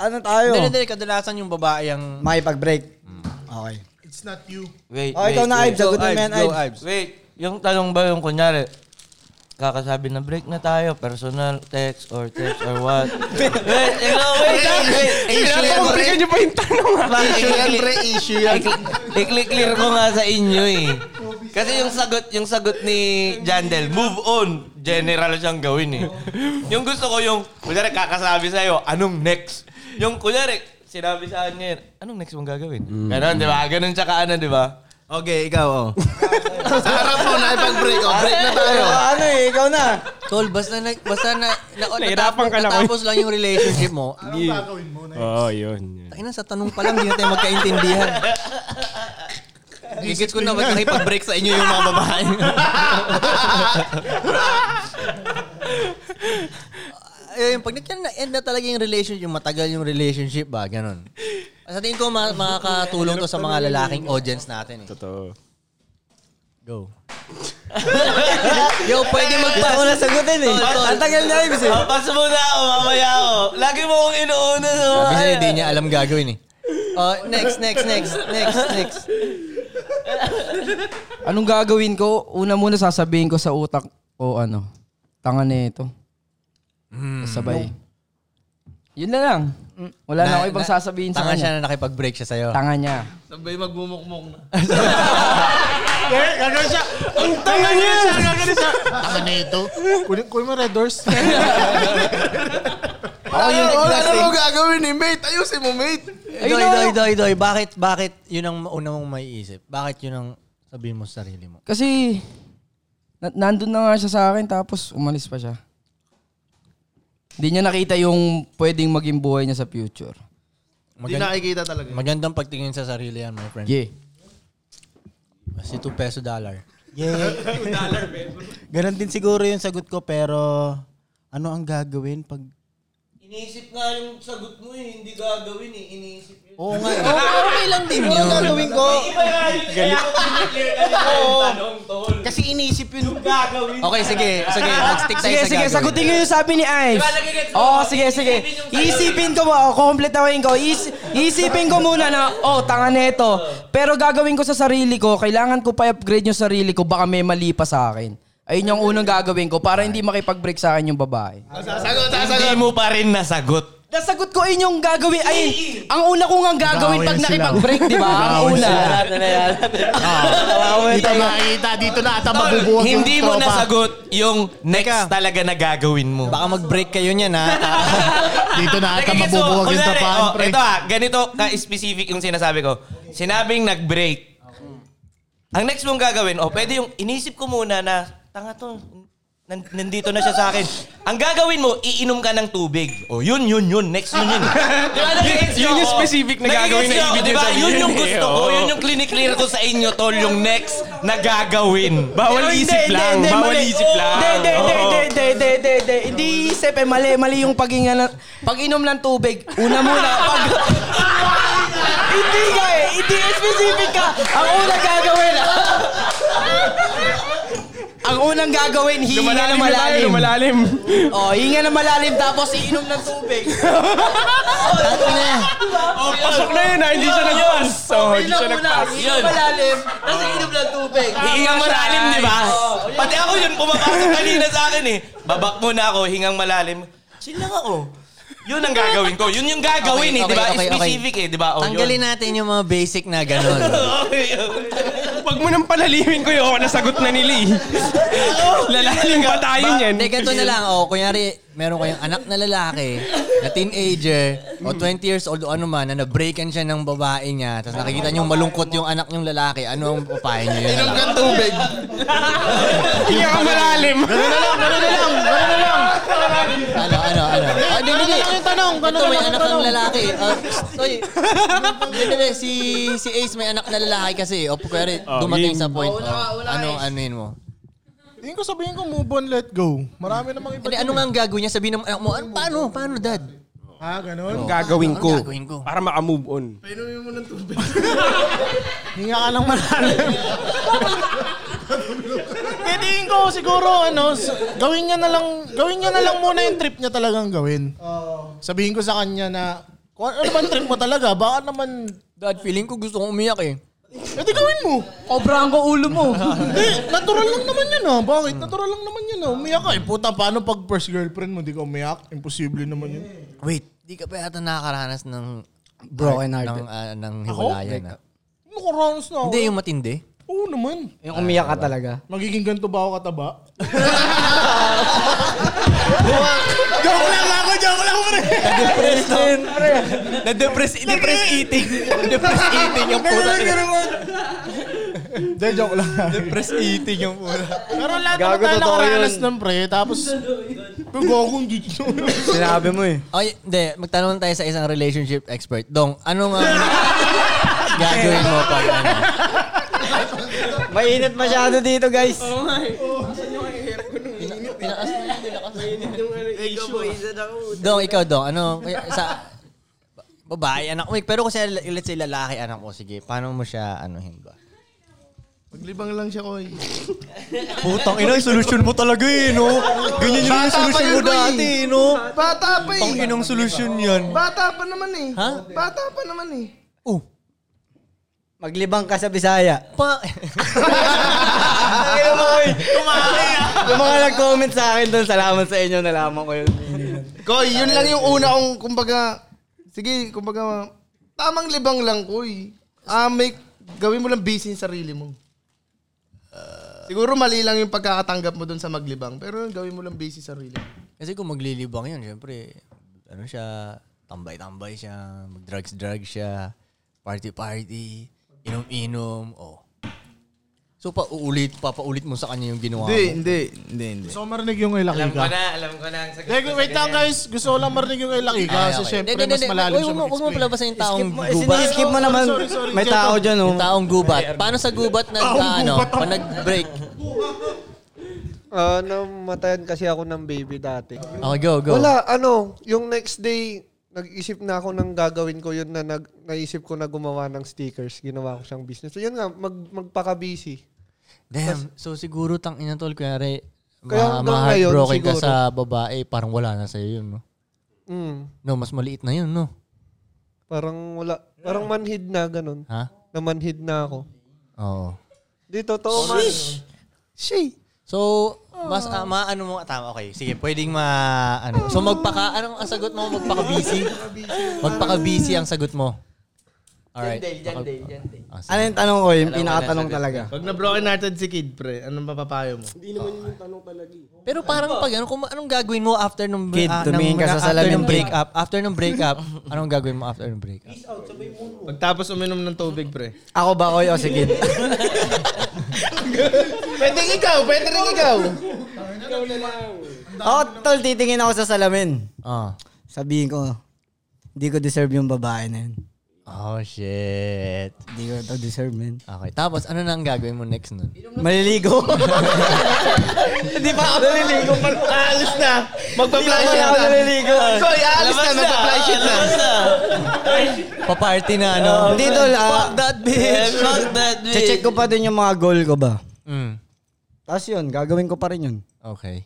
ano tayo? Hindi, hindi, kadalasan yung babae ang... Makipag-break. Okay. It's not you. Wait, Oh, ikaw wait, na, wait. Ibs. Sagot Go, mo Ives, yan, go, Ibs. Ives. Wait, yung tanong ba yung kunyari, kakasabi na break na tayo, personal text or text or what? wait, ikaw, wait, wait, wait. Issue yan, pre. Issue yan, pre. Issue yan. I-clear ko nga sa inyo eh. Kasi yung sagot, yung sagot ni Jandel, move on. General siyang gawin eh. Yung gusto ko yung, kunyari kakasabi sa'yo, anong next? Yung kunyari, sinabi sa akin ngayon, anong next mong gagawin? Ganon, di ba? Ganon siya kaano, di ba? Okay, ikaw, oh. Sa harap mo, nakipag-break, oh. Break na tayo. Ah, ano eh, ikaw na. Tol, basta na, basta na, na, Nahirapan natapos, ka lang, natapos lang yung relationship mo. Anong gagawin mo na yun? Oo, yun. Ay na, sa tanong pa lang, hindi natin magkaintindihan. Higit ko na ba't nakipag-break sa inyo yung mga babae. Ayun, pag nagkana Eh, na end na talaga yung relationship, yung matagal yung relationship ba, ganun. Sa tingin ko, ma- makakatulong to sa mga lalaking audience natin eh. Totoo. Go. Yo, pwede mag-pass. Ako na sagutin eh. Ang tagal na Ibs eh. Oh, pass muna ako, mamaya ako. Lagi mo akong inuuna sa mga... Sabi niya, hindi niya alam gagawin eh. Oh, next, next, next, next, next. Anong gagawin ko? Una muna sasabihin ko sa utak ko ano, tanga na ito. Sabay. Yun na lang. Wala na, ako ibang sasabihin sa tanga kanya. siya na nakipag-break siya sa'yo. Tanga niya. Sabay magmumukmok na. Eh, gagawin siya. Ang tanga niya! Gagawin siya. Tanga na ito. Kunin kunin mo red doors. Ako yun, Ano mo gagawin eh, mate? Ayusin mo, mate. Doy, doy, doy, doy. Bakit, bakit yun ang una mong maiisip? Bakit yun ang sabihin mo sa sarili mo? Kasi, na- nandun na nga siya sa akin tapos umalis pa siya. Hindi niya nakita yung pwedeng maging buhay niya sa future. Hindi Magand- nakikita talaga. magandang pagtingin sa sarili yan, my friend. Yeah. Si 2 peso dollar. Yeah. Ganon din siguro yung sagot ko pero ano ang gagawin pag Iniisip nga yung sagot mo eh, hindi gagawin eh, iniisip yun. Oo nga eh. Oo, okay lang din yun. Ano gagawin ko? May iba nga yun, kaya ako pinag-clear ka nila yung tanong, tol. Kasi iniisip yun. Yung gagawin. Okay, sige. Sige, mag-stick tayo sige, sa sige, gagawin. sagutin ko yung sabi ni Ives. Diba, nagigets mo? Oo, sige, sige. Iisipin ko, oh, kumpletahin ko. Is, iisipin ko muna na, oh, tanga na ito. Pero gagawin ko sa sarili ko, kailangan ko pa-upgrade yung sarili ko, baka may mali pa sa akin. Ayun yung unang gagawin ko para hindi makipag-break sa akin yung babae. Sagot, Hindi mo pa rin nasagot. Nasagot ko yun yung gagawin. Ay, ang una kong ang gagawin Bawi pag ang silaw. nakipag-break, di ba? Ang Bawi ang una. silaw. Dito makikita, dito na ata mabubuwag yung Hindi mo tropa. nasagot yung next talaga na gagawin mo. Baka mag-break kayo niyan ha. dito na ata Nagigets mo? mabubuwag yung Kunwari, tropa. oh, Ito ha, ganito ka-specific yung sinasabi ko. Sinabing nag-break. Ang next mong gagawin, oh, pwede yung inisip ko muna na, tanga to, nan- nandito na siya sa akin. Ang gagawin mo, iinom ka ng tubig. Oh, yun, yun, yun. Next yun, yun. Di ba, nagigets Yun- yun nyo yung ako? specific na Nagigets gagawin na nyo ako, ibig di niyo ba? sabihin Yun yung eh, gusto ko. oo. Yun yung kliniklir ko sa inyo, tol. Yung next na gagawin. Bawal Pero hindi, isip hindi, lang, hindi, bawal mali. isip lang. Hindi, hindi, hindi, Oo. hindi, Hindi, hindi, hindi, hindi. Hindi isip eh. Mali, mali yung paghinga ng... Pag-inom ng tubig, una muna. Pag... hindi ka eh. Hindi specific ka. Ang unang gagawin. Ang unang gagawin, hihinga ng Lumalalim na tayo, malalim. lumalalim. Oh, hihinga ng malalim tapos iinom ng tubig. Oh, pasok na yun ha, hindi siya Yun, nag-pass. yun. Oh, Okay hindi lang siya muna, nag-pass. hihinga ng malalim, tapos iinom ng tubig. Hingang malalim, di ba? Oo, yun. Pati ako yun, pumapasok kanina sa akin eh. Babak muna ako, hingang malalim. Chill lang ako. Yun ang gagawin ko. Yun yung gagawin eh, di ba? Specific eh, di ba? Oh, Tanggalin yun. natin yung mga basic na gano'n. Huwag mo nang palalimin ko yun. Nasagot na nila eh. Lalalim pa tayo niyan. Hindi, ganito na lang. O, kunyari, meron kayong anak na lalaki, na teenager, o 20 years old o ano man, na na-breakan siya ng babae niya, tapos nakikita niyong malungkot yung anak niyong lalaki, ano ang papayin niyo yun? Inom kang tubig. Hindi ako malalim. Ganun na lang, ganun na lang, ganun na lang. Ano, ano, ano? O, hindi, hindi. Ganun na lang yung tanong, ganun Ito, na may lang yung anak ng tanong. lalaki. O, Toy, hindi, hindi, hindi. si, si Ace may anak na lalaki kasi. O, kunyari, Oh, dumating yun. sa point. Oh, wala ka, O, wala ano, Ace. anuhin mo? Hindi ko sabihin ko move on, let go. Marami namang iba. eh. Hindi, ano nga ang gagawin niya? Sabihin ng anak mo, ano, paano, paano, dad? Ah, ganun? Anong gagawin ko? Anong gagawin ko? Para maka-move on. Inumin mo ng tubig. Hinga ka lang malalim. Titingin ko siguro ano, s- gawin niya na lang, gawin niya na lang muna yung trip niya talagang gawin. Sabihin ko sa kanya na kung ano bang trip mo talaga, baka naman Dad, feeling ko gusto kong umiyak eh. Eh di gawin mo. Obrahan ko ulo mo. Hindi, natural lang naman yun ah. Bakit? Natural lang naman yun ah. Umiyak ka eh. Puta, paano pag first girlfriend mo, di ka umiyak? Imposible naman yun. Wait, di ka ba yata nakakaranas ng Broken heart. ng, ah, ng hiwalayan? ah? Nakaranas na ako. Hindi, yung matindi. Oo naman. Yung umiyak ka talaga. Magiging ganito ba ako kataba? Joke lang ako, joke lang pre. Na-depress din. Na-depress, depress eating. Depress eating yung puta. Hindi, joke lang. Depress eating yung puta. Pero lahat Gago, naman tayo totoo nakaranas yun. ng pre. Tapos, gagawin dito. Sinabi mo eh. Okay, hindi. Magtanong tayo sa isang relationship expert. Dong, ano nga gagawin mo pag ano? Mainit masyado dito guys. ah. Dong, ikaw, Dong. Ano, kaya- sa babae, anak mo. Pero kasi let's say lalaki, anak mo. Sige, paano mo siya ano, anuhin ba? Maglibang lang siya, Koy. Putang ina, yung solusyon mo talaga eh, no? Ganyan yung Bata pa solusyon yun, mo Koy. dati, eh, no? Bata pa eh. Pang inong solusyon yan. Bata pa naman eh. Ha? Bata pa naman eh. Oh, Maglibang ka sa Bisaya. pa... Ayaw mo, oy. Yung mga nag-comment sa akin doon, salamat sa inyo, nalaman ko yun. Koy, yun lang yung una kong, kumbaga, sige, kumbaga, tamang libang lang, Koy. Ah, make, gawin mo lang busy yung sarili mo. Ah, Siguro mali lang yung pagkakatanggap mo dun sa maglibang, pero gawin mo lang busy sarili mo. Kasi kung maglilibang yun, syempre, ano siya, tambay-tambay siya, mag-drugs-drug siya, party-party, inom-inom, oh. So, paulit, papaulit mo sa kanya yung ginawa Hindi, mo. hindi, hindi, hindi. Gusto ko marinig yung kay Laki Alam ka. ko na, alam ko Ah, na ang sagot. Teka, wait lang guys. Gusto ko lang marinig yung kay Laki ka. Kasi Ah, Hindi, syempre, hindi, mas hindi. malalim Uy, siya huwag mo- Huwag mo mag-explain. palabasin yung taong mo- gubat. Siniskip mo naman. Sorry, sorry, May Jeff. tao dyan, oh. Yung taong gubat. Paano sa gubat na, ano, gubat ang- pag nag-break? Ah, namatayan kasi ako ng baby dati. Okay, go, go. Wala, ano, yung next day, nag-isip na ako ng gagawin ko yun na nag, naisip ko na gumawa ng stickers. Ginawa ko siyang business. So yun nga, mag, magpaka-busy. Damn, so siguro tang ina tol, kunyari, Kaya ma- hanggang ma-heartbroken ka ngayon, siguro. sa babae, parang wala na sa'yo yun, no? Mm. No, mas maliit na yun, no? Parang wala, parang manhid na ganun. Ha? Namanhid na ako. Oo. Di totoo man. Sheesh! So, mas ah, maano mo, tama, okay. Sige, pwedeng ma, ano. So, magpaka, anong ang sagot mo? Magpaka-busy? Magpaka-busy ang sagot mo. Alright. Yan, Dale, yan, Baka- Dale, yan, Dale. Ah, sige. Ano yung tanong ko? Yung pinakatanong talaga. Pag na broken hearted si kid, pre, anong mapapayo mo? Hindi naman yun yung tanong talaga. eh. Pero parang pag ano, kung anong gagawin mo after nung Kid, ah, tumingin nung- ka sa after salamin, nung kid. breakup, after nung breakup, anong gagawin mo after nung breakup? Pagtapos uminom ng tubig, pre. Ako ba, oh, Koy, o si Kid? pwede ikaw, pwede rin ikaw. Ako, tol, titingin ako sa salamin. Ah. Sabihin ko, hindi ko deserve yung babae na yun. Oh, shit. Hindi ko ito deserve, man. Okay, tapos ano na ang gagawin mo next nun? Maliligo. Hindi pa ako naliligo. Aalis na. Magpa-fly Hindi shit pa ako na. naliligo. Sorry, aalis na. Labas na. Magpa-fly shit na. Paparty na, ano? Hindi, tol. ah, Fuck that bitch! Fuck that bitch! Check ko pa din yung mga goal ko ba. Mm. Tapos yun, gagawin ko pa rin yun. Okay.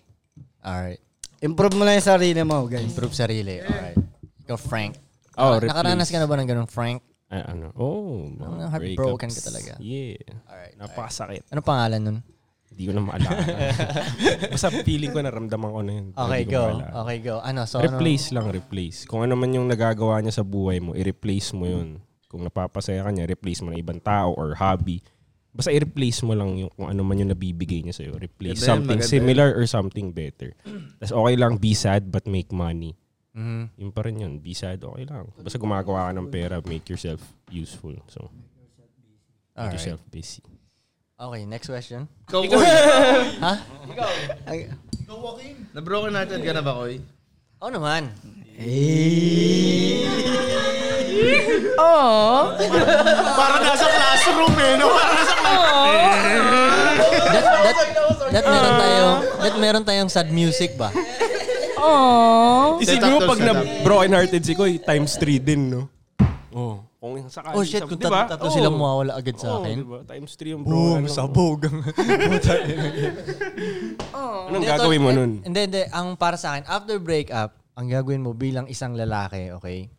Alright. Improve mo na yung sarili mo, guys. Improve sarili. Alright. Ikaw, Frank. Oh, Naka- Nakaranas replace. ka na ba ng ganun, Frank? Ay, ano? Oh, mga heartbroken ka breakups. talaga. Yeah. Alright. Napakasakit. Ano pangalan nun? Hindi ko na maalala. Basta feeling ko naramdaman ko na yun. Pero Okay, di ko go. maalala. Okay, go. Ano, so ano? replace lang, replace. Kung ano man yung nagagawa niya sa buhay mo, i-replace mo yun. Kung napapasaya ka niya, replace mo ng ibang tao or hobby. Basta i-replace mo lang yung kung ano man yung nabibigay niya sa'yo. Replace Ganda yun, something maganda yun. similar or something better. Tapos okay lang, be sad but make money. Mm-hmm. Mhm. Yun pa rin yun. Be sad, okay lang. Basta gumagawa ka ng pera, make yourself useful. So, make Alright. yourself busy. Okay, next question. Go, Ikaw. Koy. ha? Go, Joaquin. Na-broken hearted ka na ba, Koy? Oo Oh, naman. Oo. Para nasa classroom eh, no? Para nasa that, that, that Ah. meron tayong, that meron tayong sad music ba? Oo. Isipin mo pag na broken hearted si Koy, times 3 din, no? Oh. Kung sakali, Oh shit, sa- kung di ba? tatlo, tatlo Oo. silang mawawala agad sa Oo, akin. di ba? Times 3 yung ano? Boom, broken. sabog. Anong gagawin mo nun? Hindi, hindi. Ang para sa akin, after breakup, ang gagawin mo bilang isang lalaki, okay?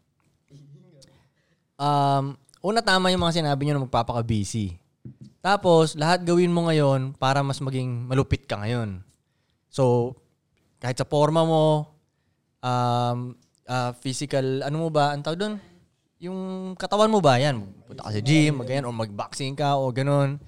Um, una tama yung mga sinabi nyo na magpapaka-busy. Tapos, lahat gawin mo ngayon para mas maging malupit ka ngayon. So, kahit sa forma mo, um, ah, physical, ano mo ba, ang tawag doon? Yung katawan mo ba, yan. Punta ka sa gym, mag o mag-boxing ka, o ganun.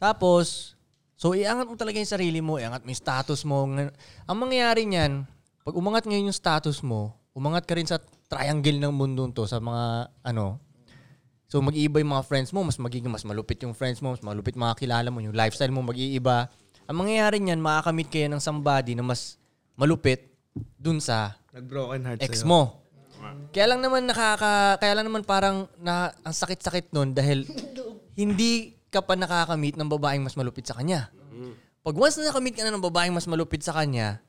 Tapos, so iangat mo talaga yung sarili mo, iangat mo yung status mo. Ngan- Ang mangyayari niyan, pag umangat ngayon yung status mo, umangat ka rin sa triangle ng mundo to, sa mga ano. So mag-iiba yung mga friends mo, mas magiging mas malupit yung friends mo, mas malupit mga kilala mo, yung lifestyle mo mag-iiba. Ang mangyayari niyan, makakamit kayo ng somebody na mas malupit dun sa Nag-broken heart ex sa'yo. mo. Kaya lang naman nakaka kaya lang naman parang na ang sakit-sakit noon dahil hindi ka pa nakakamit ng babaeng mas malupit sa kanya. Pag once na nakamit ka na ng babaeng mas malupit sa kanya,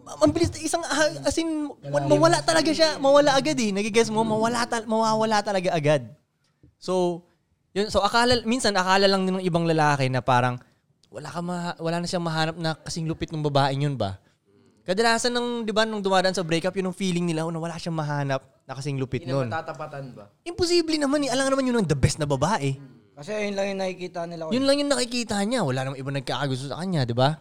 ma- ang bilis isang ah, as in wa- mawala talaga siya, mawala agad eh. Nagigess mo mawala tal- mawawala talaga agad. So, yun so akala minsan akala lang ng ibang lalaki na parang wala ka ma- wala na siyang mahanap na kasing lupit ng babaeng yun ba? Kadalasan nung, di ba, nung dumadaan sa breakup, yun ang feeling nila, oh, na wala siyang mahanap na kasing lupit Hindi na nun. matatapatan ba? Imposible naman eh. Alam nga naman yun ang the best na babae. Kasi yun lang yung nakikita nila. Yun lang yung nakikita niya. Wala namang ibang nagkakagusto sa kanya, di ba?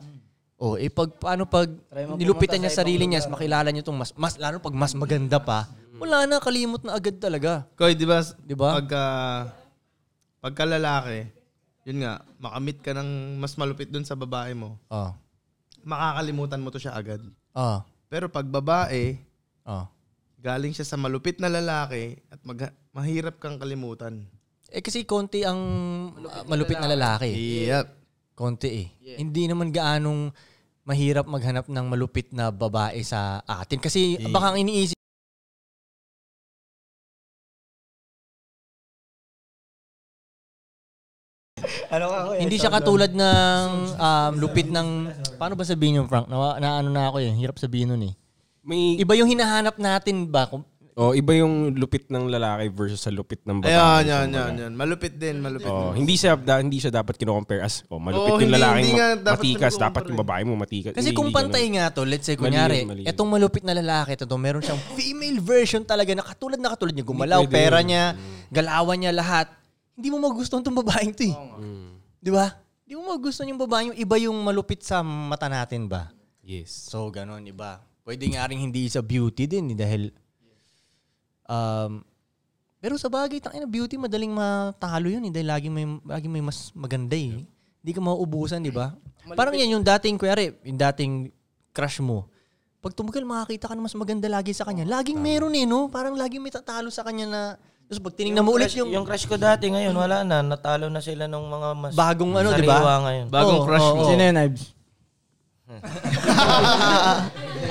Oh, eh pag paano pag Hmm. mo nilupitan pumunta niya sa sarili ibang niya, lugar. Hmm. makilala niya tong mas mas lalo pag mas maganda pa, wala na kalimot na agad talaga. Koy, di ba? Di ba? Pagka, pagka lalaki, yun nga, makamit ka ng mas malupit dun sa babae mo, Oh. Ah. makakalimutan mo to siya agad. Oh. Pero pag babae, Ah. Oh. galing siya sa malupit na lalaki at mag- mahirap kang kalimutan. Eh kasi konti ang ah, malupit, na lalaki. Yep. Konti eh. Hindi naman gaanong mahirap maghanap ng malupit na babae sa atin. Kasi baka ang iniisip Ano ka ako eh? Hindi siya katulad ng um, lupit ng... Paano ba sabihin yung Frank? Na, na ano na ako eh. Hirap sabihin nun eh. May... Iba yung hinahanap natin ba? Kung- O, Oh, iba yung lupit ng lalaki versus sa lupit ng babae. Ayan, yan, Kumbaga. yan, yan. Malupit din, malupit. Oh, hindi siya da- hindi siya dapat kino-compare as oh, malupit Oo, yung hindi- lalaking hindi nga mat- dapat matikas, dapat yung babae mo matikas. Kasi Hindi, kung hindi pantay ganun. nga to, let's say Mali kunyari, yun, mali yun. etong malupit na lalaki, ito, meron siyang female version talaga na katulad na katulad niya. Gumalaw, Hindi pwede pera yun. Mm. niya, galawan niya lahat. Hindi mo magustuhan tong babaeng to eh. Mm. Di ba? Hindi mo magustuhan yung babae yung iba yung malupit sa mata natin ba? Yes. So, ganun, iba. Pwede nga rin hindi sa beauty din eh, dahil um, pero sa bagay, tangina, beauty, madaling matalo yun. Hindi, lagi may, lagi may mas maganda eh. Hindi ka mauubusan, di ba? Parang yan yung dating, kuwari, yung dating crush mo. Pag tumagal, makakita ka na mas maganda lagi sa kanya. Laging meron eh, no? Parang laging may tatalo sa kanya na... Tapos pag tinignan mo ulit crush- yung... yung crush ko dati ngayon, wala na. Natalo na sila ng mga mas Bagong ano, di ba? sariwa ngayon. Oh, Oo, oo, oo.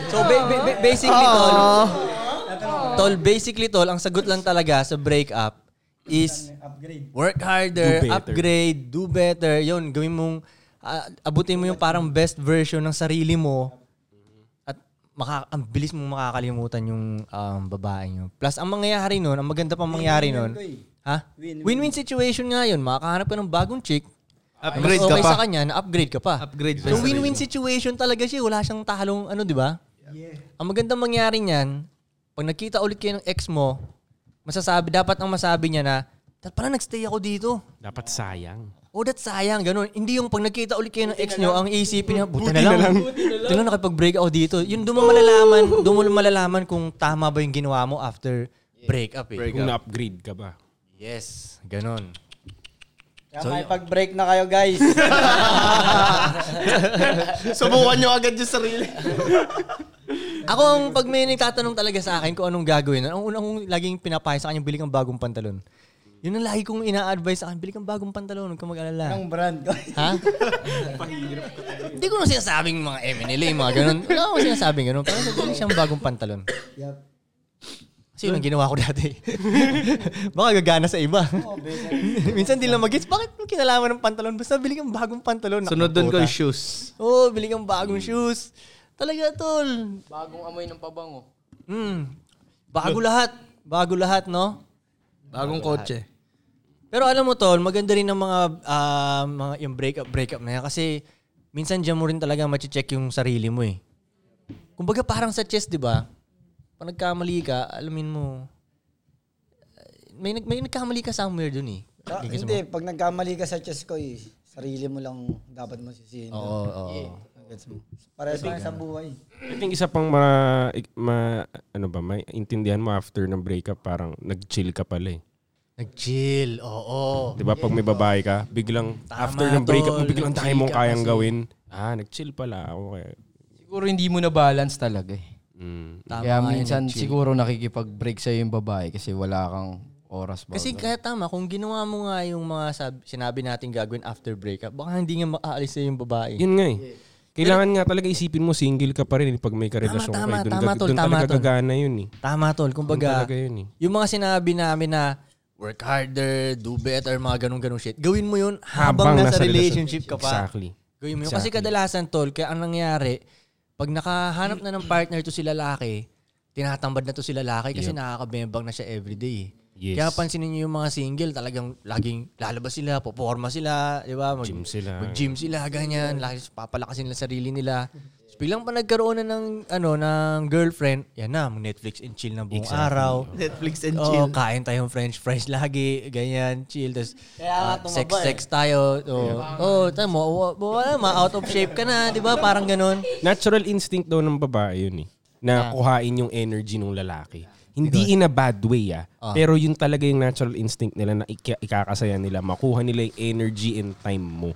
so, ba- ba- ba- basically, tol, Aww. tol, basically, tol, ang sagot lang talaga sa breakup is work harder, Do better. upgrade, do better. Yun, gawin mong, ah, abutin mo yung parang best version ng sarili mo at maka, ang bilis mong makakalimutan yung um, babae nyo. Plus, ang mangyayari nun, ang maganda pang mangyayari nun, ha? Win-win situation nga yun. Makakahanap ka ng bagong chick. na mas Upgrade ka okay pa. sa kanya na upgrade ka pa. Upgrade pa so, yung win-win situation talaga siya. Wala siyang talong ano, di ba? Ang magandang mangyari niyan, pag nakita ulit kayo ng ex mo, masasabi, dapat ang masabi niya na, dapat pala nagstay ako dito. Dapat sayang. Oh, that's sayang. Ganun. Hindi yung pag nakita ulit kayo ng ex nyo, ang iisipin niya, buti Buti na na lang. lang. Buti na lang nakipag-break ako dito. Yun, doon mo malalaman, doon mo malalaman kung tama ba yung ginawa mo after break up. Eh. Kung na-upgrade ka ba? Yes, ganun. Kaya makipag-break na kayo, guys. Subukan nyo agad yung sarili. Ako ang pag may nagtatanong talaga sa akin kung anong gagawin, ang unang kong laging pinapayo sa kanya, bili kang bagong pantalon. Yun ang lagi kong ina-advise sa akin, bili kang bagong pantalon, huwag kang mag-alala. Anong brand? ha? Hindi ko na sinasabing mga MNLA, mga ganun. Wala akong sinasabing ganun. Parang nabili siyang bagong pantalon. Yup. Kasi yun ang ginawa ko dati. Baka gagana sa iba. Minsan di lang mag-gets. Bakit mo kinalaman ng pantalon? Basta bili kang bagong pantalon. Sunod dun Nakaputa. ko yung shoes. Mm. Oo, oh, bili kang bagong shoes. Talaga, tol. Bagong amoy ng pabango. Mm. Bago lahat. Bago lahat, no? Bagong Bago lahat. kotse. Pero alam mo, tol, maganda rin ang mga, ah, mga yung breakup, breakup na yan. Kasi minsan dyan mo rin talaga mache-check yung sarili mo eh. Kumbaga parang sa chess, di ba? Pag nagkamali ka, alamin mo, eh, may, nag- may nagkamali ka somewhere dun eh. Ah, Gigis mo? hindi, pag nagkamali ka sa chess ko, eh, sarili mo lang dapat mo sisihin. Oo, oo. Gets mo? Parehas lang sa buhay. I think isa pang ma, ma ano ba, maintindihan mo after ng breakup, parang nag-chill ka pala eh. Nag-chill, oo. 'Di ba pag may babae ka, biglang Tama, after ng breakup, tol. biglang dami Nag-chill mong ka kayang kasi. gawin. Ah, nag-chill pala ako kaya. Siguro hindi mo na balance talaga eh. Tama Kaya nga yun, minsan chill. siguro nakikipag-break sa yung babae kasi wala kang oras ba. Kasi kaya tama, kung ginawa mo nga yung mga sab- sinabi natin gagawin after breakup, baka hindi nga maaalis sa'yo yung babae. Yun nga eh. Kailangan nga talaga isipin mo single ka pa rin eh, pag may karelasyon Tama, ka. eh. Doon tama, gag- tol, doon tama, talaga tol. gagana yun eh. Tama, tol. Kumbaga, talaga yun eh. yung mga sinabi namin na work harder, do better, mga ganun-ganun shit. Gawin mo yun habang, nasa, relationship ka pa. Exactly. Gawin mo yun. Kasi Exactly. kadalasan, tol, kaya ang nangyari, pag nakahanap na ng partner to si lalaki, tinatambad na to si lalaki kasi Yep. nakakabembang na siya everyday. Yes. Kaya pansinin niyo yung mga single, talagang laging lalabas sila, poporma sila, di ba? Mag- Gym sila. Mag-gym sila, ganyan. Lagi papalakasin nila sarili nila. So, bilang pa nagkaroon na ng, ano, ng girlfriend, yan na, mag-Netflix and chill na buong Exactly. Oh. araw. Netflix and Oo, chill. kain tayong french fries lagi, ganyan, chill. Tapos, Kaya nga ah, tumaba sex, eh. sex tayo. Oo, oh, tama mo, wa- wala, ma-out of shape ka na, di ba? Parang ganun. Natural instinct daw ng babae yun eh. Na kuhain yung energy ng lalaki. Hindi in a bad way ah. Ah. Pero yun talaga yung natural instinct nila na ika- ikakasaya nila. Makuha nila yung energy and time mo.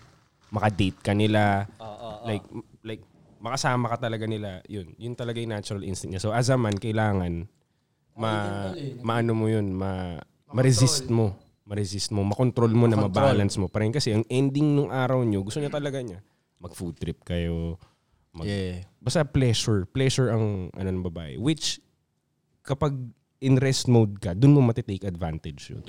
Makadate ka nila. Ah, Like, like makasama ka talaga nila. Yun. Yun talaga yung natural instinct niya. So as a man, kailangan ma, maano mo yun, ma, ma-resist mo. Ma-resist mo. Makontrol mo na Makontrol. mabalance mo. Parang kasi ang ending nung araw nyo, gusto niya talaga niya. Mag-food trip kayo. Mag, Yeah. Basta pleasure. Pleasure ang ano ng babae. Which, kapag in rest mode ka, dun mo matitake advantage yun.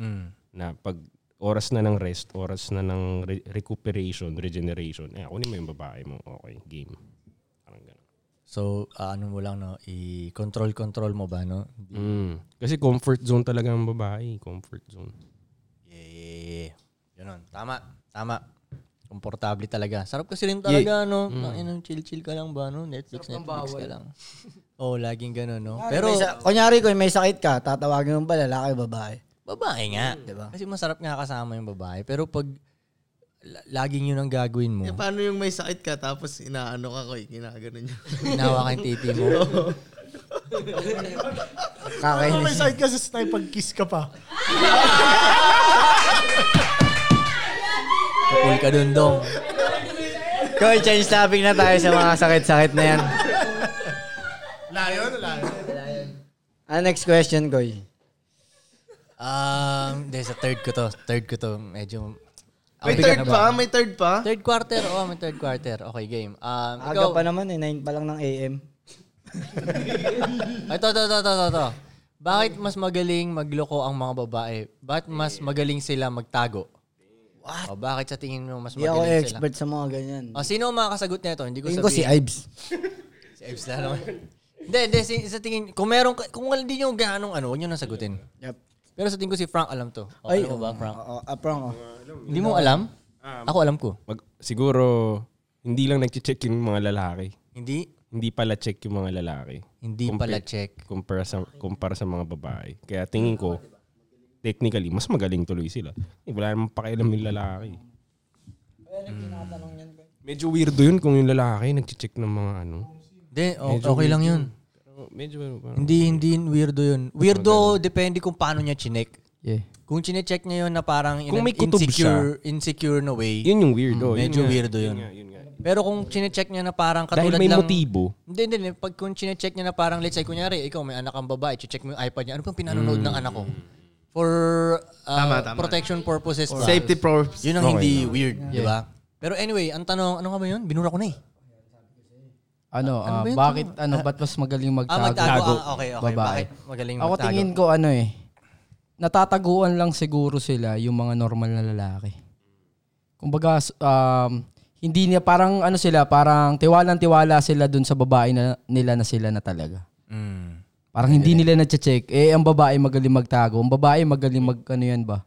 Mm. Na pag, o oras na ng rest, oras na ng re- recuperation, regeneration. Eh, kunin mo yung babae mo. Okay, game. So, ah, ano mo lang, no? I-control-control mo ba, no? Mm. Kasi comfort zone talaga ang babae. Comfort zone. Yeah. Ganun. Tama. Tama. Komportable talaga. Sarap kasi rin talaga, Yeah. no? Mm. Tangina, chill-chill ka lang ba, no? Netflix, Sarap ng Netflix bawal. ka lang. Oo, oh, laging ganun, no? Kunyari, Pero, may sa- kunyari kung may sakit ka, tatawagin mo ba lalaki o babae? babae nga. Diba? Kasi masarap nga kasama yung babae. Pero pag la- laging yun ang gagawin mo, Eh, paano yung may sakit ka tapos inaano ka ko, ginagano niya. Hinawa ka yung titi mo. Oo. Ano may side kasi sa tayo pag-kiss ka pa? kapul ka dun, dong. Koy, change topic na tayo sa mga sakit-sakit na yan. Layon, layon. Ah, next question, Koy. Um, de, sa third ko to. Third ko to. Medyo... May Ang bigat third na pa? ba? May third pa? Third quarter. Oo, may third quarter. Okay, game. Um, Aga ikaw- pa naman eh, 9 pa lang ng AM. Ito, ito, ito, ito, ito, ito. Bakit mas magaling magloko ang mga babae? Bakit mas magaling sila magtago? What? O, bakit sa tingin mo mas Hindi ako magaling sila? expert Ah, sa mga ganyan. O, sino ang makakasagot nito? Hindi ko Tingin sabihin. ko si Ives. si Ives na naman. Hindi, hindi. si- Sa tingin, kung meron, ka- kung hindi nyo ganong ano, huwag nyo nang sagutin. Yep. Pero sa tingin ko si Frank alam to. O, Ay, alam mo ba, Frank? Oo, ah, Frank. oh. Hindi mo alam? Ako alam ko. Mag, siguro, hindi lang nag-check yung mga lalaki. Hindi? Hindi pala check yung mga lalaki. Hindi pala check. Kumpara sa, kumpara sa mga babae. Kaya tingin ko, technically, mas magaling tuloy sila. Eh, wala namang pakialam yung lalaki. Hmm. Medyo weirdo yun kung yung lalaki nag-check ng mga ano. Hindi, o- Medyo okay lang weird yun. Pero Medyo, parang- Hindi, hindi yun weirdo yun. Weirdo, depende kung paano niya chinek. Kung chinecheck niya yun na parang in an Kung may kutob insecure, insecure na way. Yun yung weird, Mm, oh. Yun medyo nga. weirdo Yun yun. nga, yun Pero kung chinecheck niya na parang katulad Dahil may lang... motibo. Hindi, hindi, hindi. Pag kung chinecheck niya na parang, let's say, kunyari, ikaw may anak kang babae, check mo yung iPad niya, ano pang pinanonood Mm. ng anak ko? For uh, Tama, tama. protection purposes. ba? Or safety purposes. Yun ang Okay, hindi tama. weird, Yeah. di ba? Pero anyway, ang tanong, ano nga ba yun? Binura ko na eh. Ano, Ano ah, ba yun? bakit, ano, ba't mas magaling magtago? Ah, magtago. Ah, okay, okay. Babae. Bakit magaling Ako magtago? tingin ko, ano eh, natataguan lang siguro sila yung mga normal na lalaki. Kumbaga, s- um, hindi niya, parang ano sila, parang tiwalang-tiwala sila dun sa babae na, nila na sila na talaga. Mm. Parang hindi nila na-check. Eh, ang babae magaling magtago. Ang babae magaling mag, ano yan ba?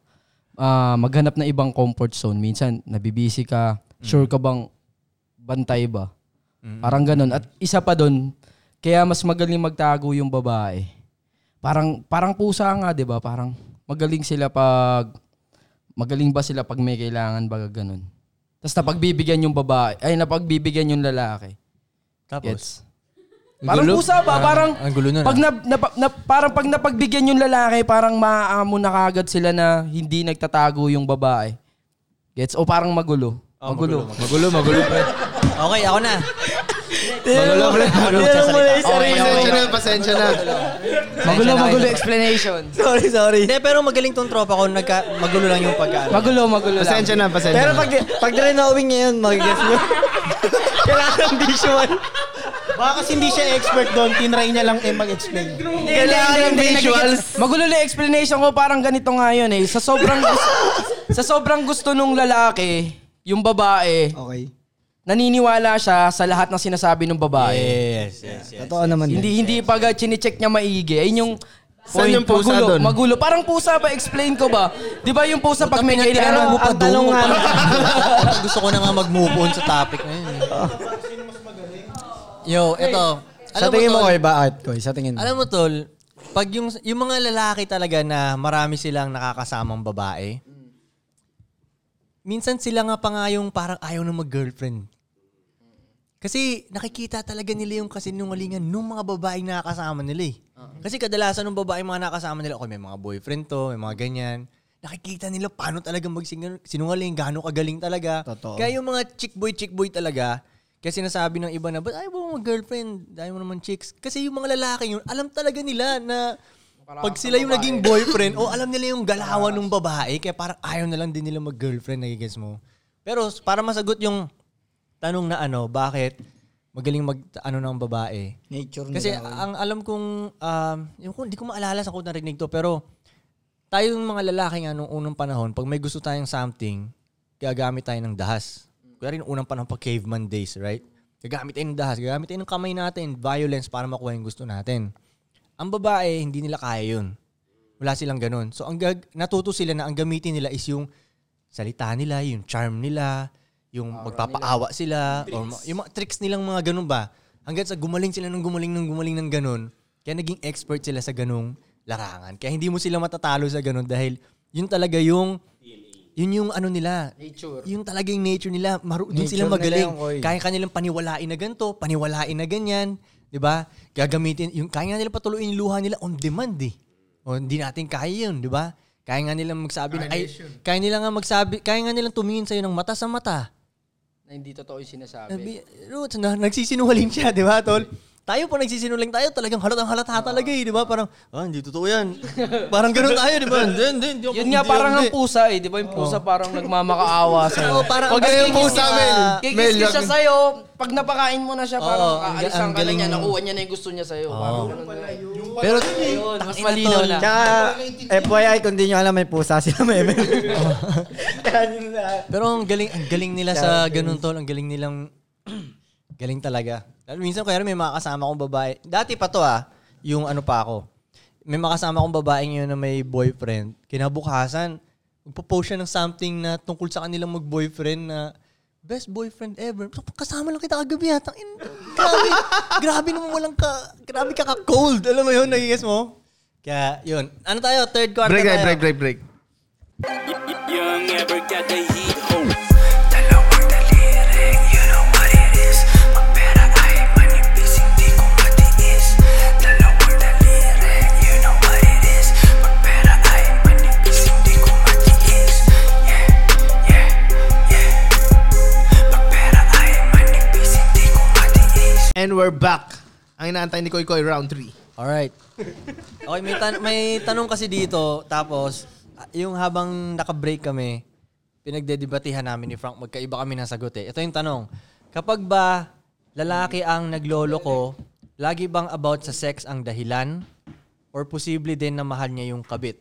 Ah, maghanap ng ibang comfort zone. Minsan, nabibisi ka. Sure ka bang bantay ba? Mm. Parang ganun. At isa pa doon, kaya mas magaling magtago yung babae. Parang parang pusa nga, 'di ba? Parang magaling sila pag magaling ba sila pag may kailangan ba ganun. Tapos napagbibigyan yung babae, ay napagbibigyan yung lalaki. Tapos? Ang Parang gulo. pusa ba? Ah, parang ang gulo nun, pag ah. na, napa- na- parang pag napagbigyan yung lalaki, parang maaamo na kagad sila na hindi nagtatago yung babae. Gets? O parang magulo. Oh, magulo. magulo, magulo, pre. Okay, ako na. Magulo, pre. Magulo. Pasensya na, pasensya na. Magulo, magulo explanation. sorry, sorry. Hindi, pero magaling tong tropa ko. Nagka, magulo lang yung pagkaano. Magulo, magulo lang. Pasensya na, pasensya Pero na. pag, pag na-renowing niya yun, magigets mo. Kailangan ng visual. Baka kasi hindi siya expert doon, tinry niya lang eh mag-explain. Magulo lang explanation ko parang ganito nga yun eh. Sa sobrang gusto, sa sobrang gusto nung lalaki, yung babae, okay. naniniwala siya sa lahat ng sinasabi ng babae. Yes, yes, yes. Totoo naman Hindi hindi pag uh, chinecheck niya maigi. Ayun yung Saan point, yung pusa magulo, doon? Magulo. Parang pusa ba? Explain ko ba? Di ba yung pusa pag may kailangan mo pa doon. tanong nga- Gusto ko na nga mag-move on sa topic na yun. eh. Yo, eto. Sa Alam mo, tingin mo, tol, Koy, bakit, Koy? Sa tingin mo? Alam mo, Tol, pag yung, yung mga lalaki talaga na marami silang nakakasamang babae, Mm. minsan sila nga pa nga yung parang ayaw na mag-girlfriend. Kasi nakikita talaga nila yung kasinungalingan ng mga babaeng nakakasama nila eh. Kasi kadalasan ng babae mga nakasama nila, okay, may mga boyfriend to, may mga ganyan. Nakikita nila paano talaga magsinungaling, gaano kagaling talaga. Kaya yung mga chick boy, chick boy talaga, kasi sinasabi ng iba na, ba't ayaw mo mag-girlfriend? Ayaw mo naman chicks. Kasi yung mga lalaki yun, alam talaga nila na pag sila yung babae. naging boyfriend, o alam nila yung galawan ng babae, kaya parang ayaw na lang din nila mag-girlfriend, nagigets mo. Pero s- para masagot yung tanong na ano, bakit magaling mag ano ng babae? Nature Kasi ang alam kong, um, yung, hindi ko maalala sa kung narinig to, pero tayong mga lalaki nga nung unang panahon, pag may gusto tayong something, gagamit tayo ng dahas. Kaya rin unang panahon pag caveman days, right? Gagamit tayo ng dahas, gagamit tayo ng kamay natin, violence para makuha yung gusto natin. Ang babae, hindi nila kaya yun. Wala silang ganun. So, ang gag- natuto sila na ang gamitin nila is yung salita nila, yung charm nila, yung magpapaawa sila, or ma- yung mga tricks nilang mga ganun ba. Hanggang sa gumaling sila ng gumaling ng gumaling ng ganun, kaya naging expert sila sa ganung larangan. Kaya hindi mo sila matatalo sa ganun dahil yun talaga yung yun yung ano nila. Nature. Yung talaga yung nature nila. Maru- doon sila Nature nila magaling. yung oy. Kaya kanilang paniwalain na ganito, paniwalain na ganyan. 'Di ba? Gagamitin, yung, kaya nga nila patuloyin yung luha nila on demand eh. O, hindi natin kaya yun, di ba? Kaya nga nilang magsabi na, ay, Violation. kaya nila nga magsabi, kaya nga nilang tumingin sa'yo ng mata sa mata. Na hindi totoo yung sinasabi. Sabi, Roots, na, nagsisinungaling siya, di ba, tol? Tayo pa nagsisinungaling tayo, talagang halatang halata talaga eh, di ba? Parang, ah, hindi totoo yan. parang ganun tayo, di ba? Hindi, hindi, hindi. ako- Yun nga, hindi, parang hindi. Oh. ang pusa eh. Di ba yung pusa parang nagmamakaawa sa'yo? Oo, parang- Pag Ay, yung kikis- pusa, Mel. Kikis Mel, siya yung- sa'yo. Pag napakain mo na siya, parang Oo, ang- kaalisan ka ang na niya. galing- Nakuha niya na yung gusto niya sa'yo. Oo. Parang ganun na eh. Pero yun, mas Tangina, malinaw tol. na. Tsaka, FYI, kung di nyo alam, may pusa sila may Pero ang galing, ang galing nila sa ganun tol, ang galing nilang galing talaga. Lalo minsan kaya may mga kasama kong babae. Dati pa to ah, yung ano pa ako. May mga kasama kong babae ngayon na may boyfriend. Kinabukasan, magpo-post siya ng something na tungkol sa kanilang mag-boyfriend na best boyfriend ever. So, Kasama lang kita kagabi ha. Tangin, grabe, grabe naman walang ka, grabe ka ka-cold. Alam mo yun, nagigis mo? Kaya yun. Ano tayo? Third quarter Break, tayo. break, break, break, break. Young ever got the heat ho. eh. eh. And we're back. Ang inaantay ni Koy Koy, round 3. Alright. Okay, may, tan- may tanong kasi dito. Tapos, ah, yung habang nakabreak kami, pinagdedebatehan namin ni Frank. Magkaiba kami ng sagot eh. Ito yung tanong. Kapag ba lalaki ang naglolo ko, lagi bang about sa sex ang dahilan? Or posible din na mahal niya yung kabit?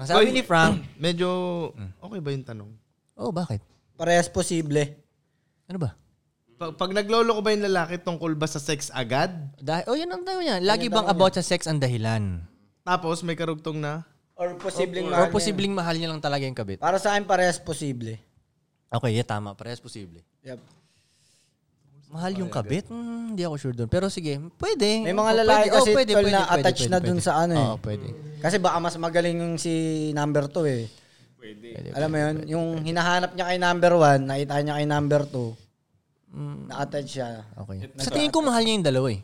Ang sabi ni Frank, medyo Mm. okay ba yung tanong? Oh, bakit? Parehas posible. Ano ba? Pag, pag naglolo ko ba yung lalaki tungkol ba sa sex agad? Dahil, oh, yan ang tanong niya. lagi bang about sa sex ang dahilan? Tapos may karugtong na? Or posibleng Or posibleng mahal niya lang talaga yung kabit? Para sa akin, parehas posible. Okay, yeah, tama. Parehas posible. Yep. Mahal yung kabit? Hmm, Hindi ako sure doon. Pero sige, pwede. May mga Oh, lalaki pwede. Oh, kasi pwede, tol pwede, na pwede, attached pwede, na dun pwede. sa ano eh. Oo, pwede. Kasi baka mas magaling yung si number 2 eh. Pwede. Alam mo yun, yung hinahanap niya kay number 1, nakita niya kay number 2, na-attach siya. Mm. Okay. Sa tingin ko mahal niya yung dalawa eh.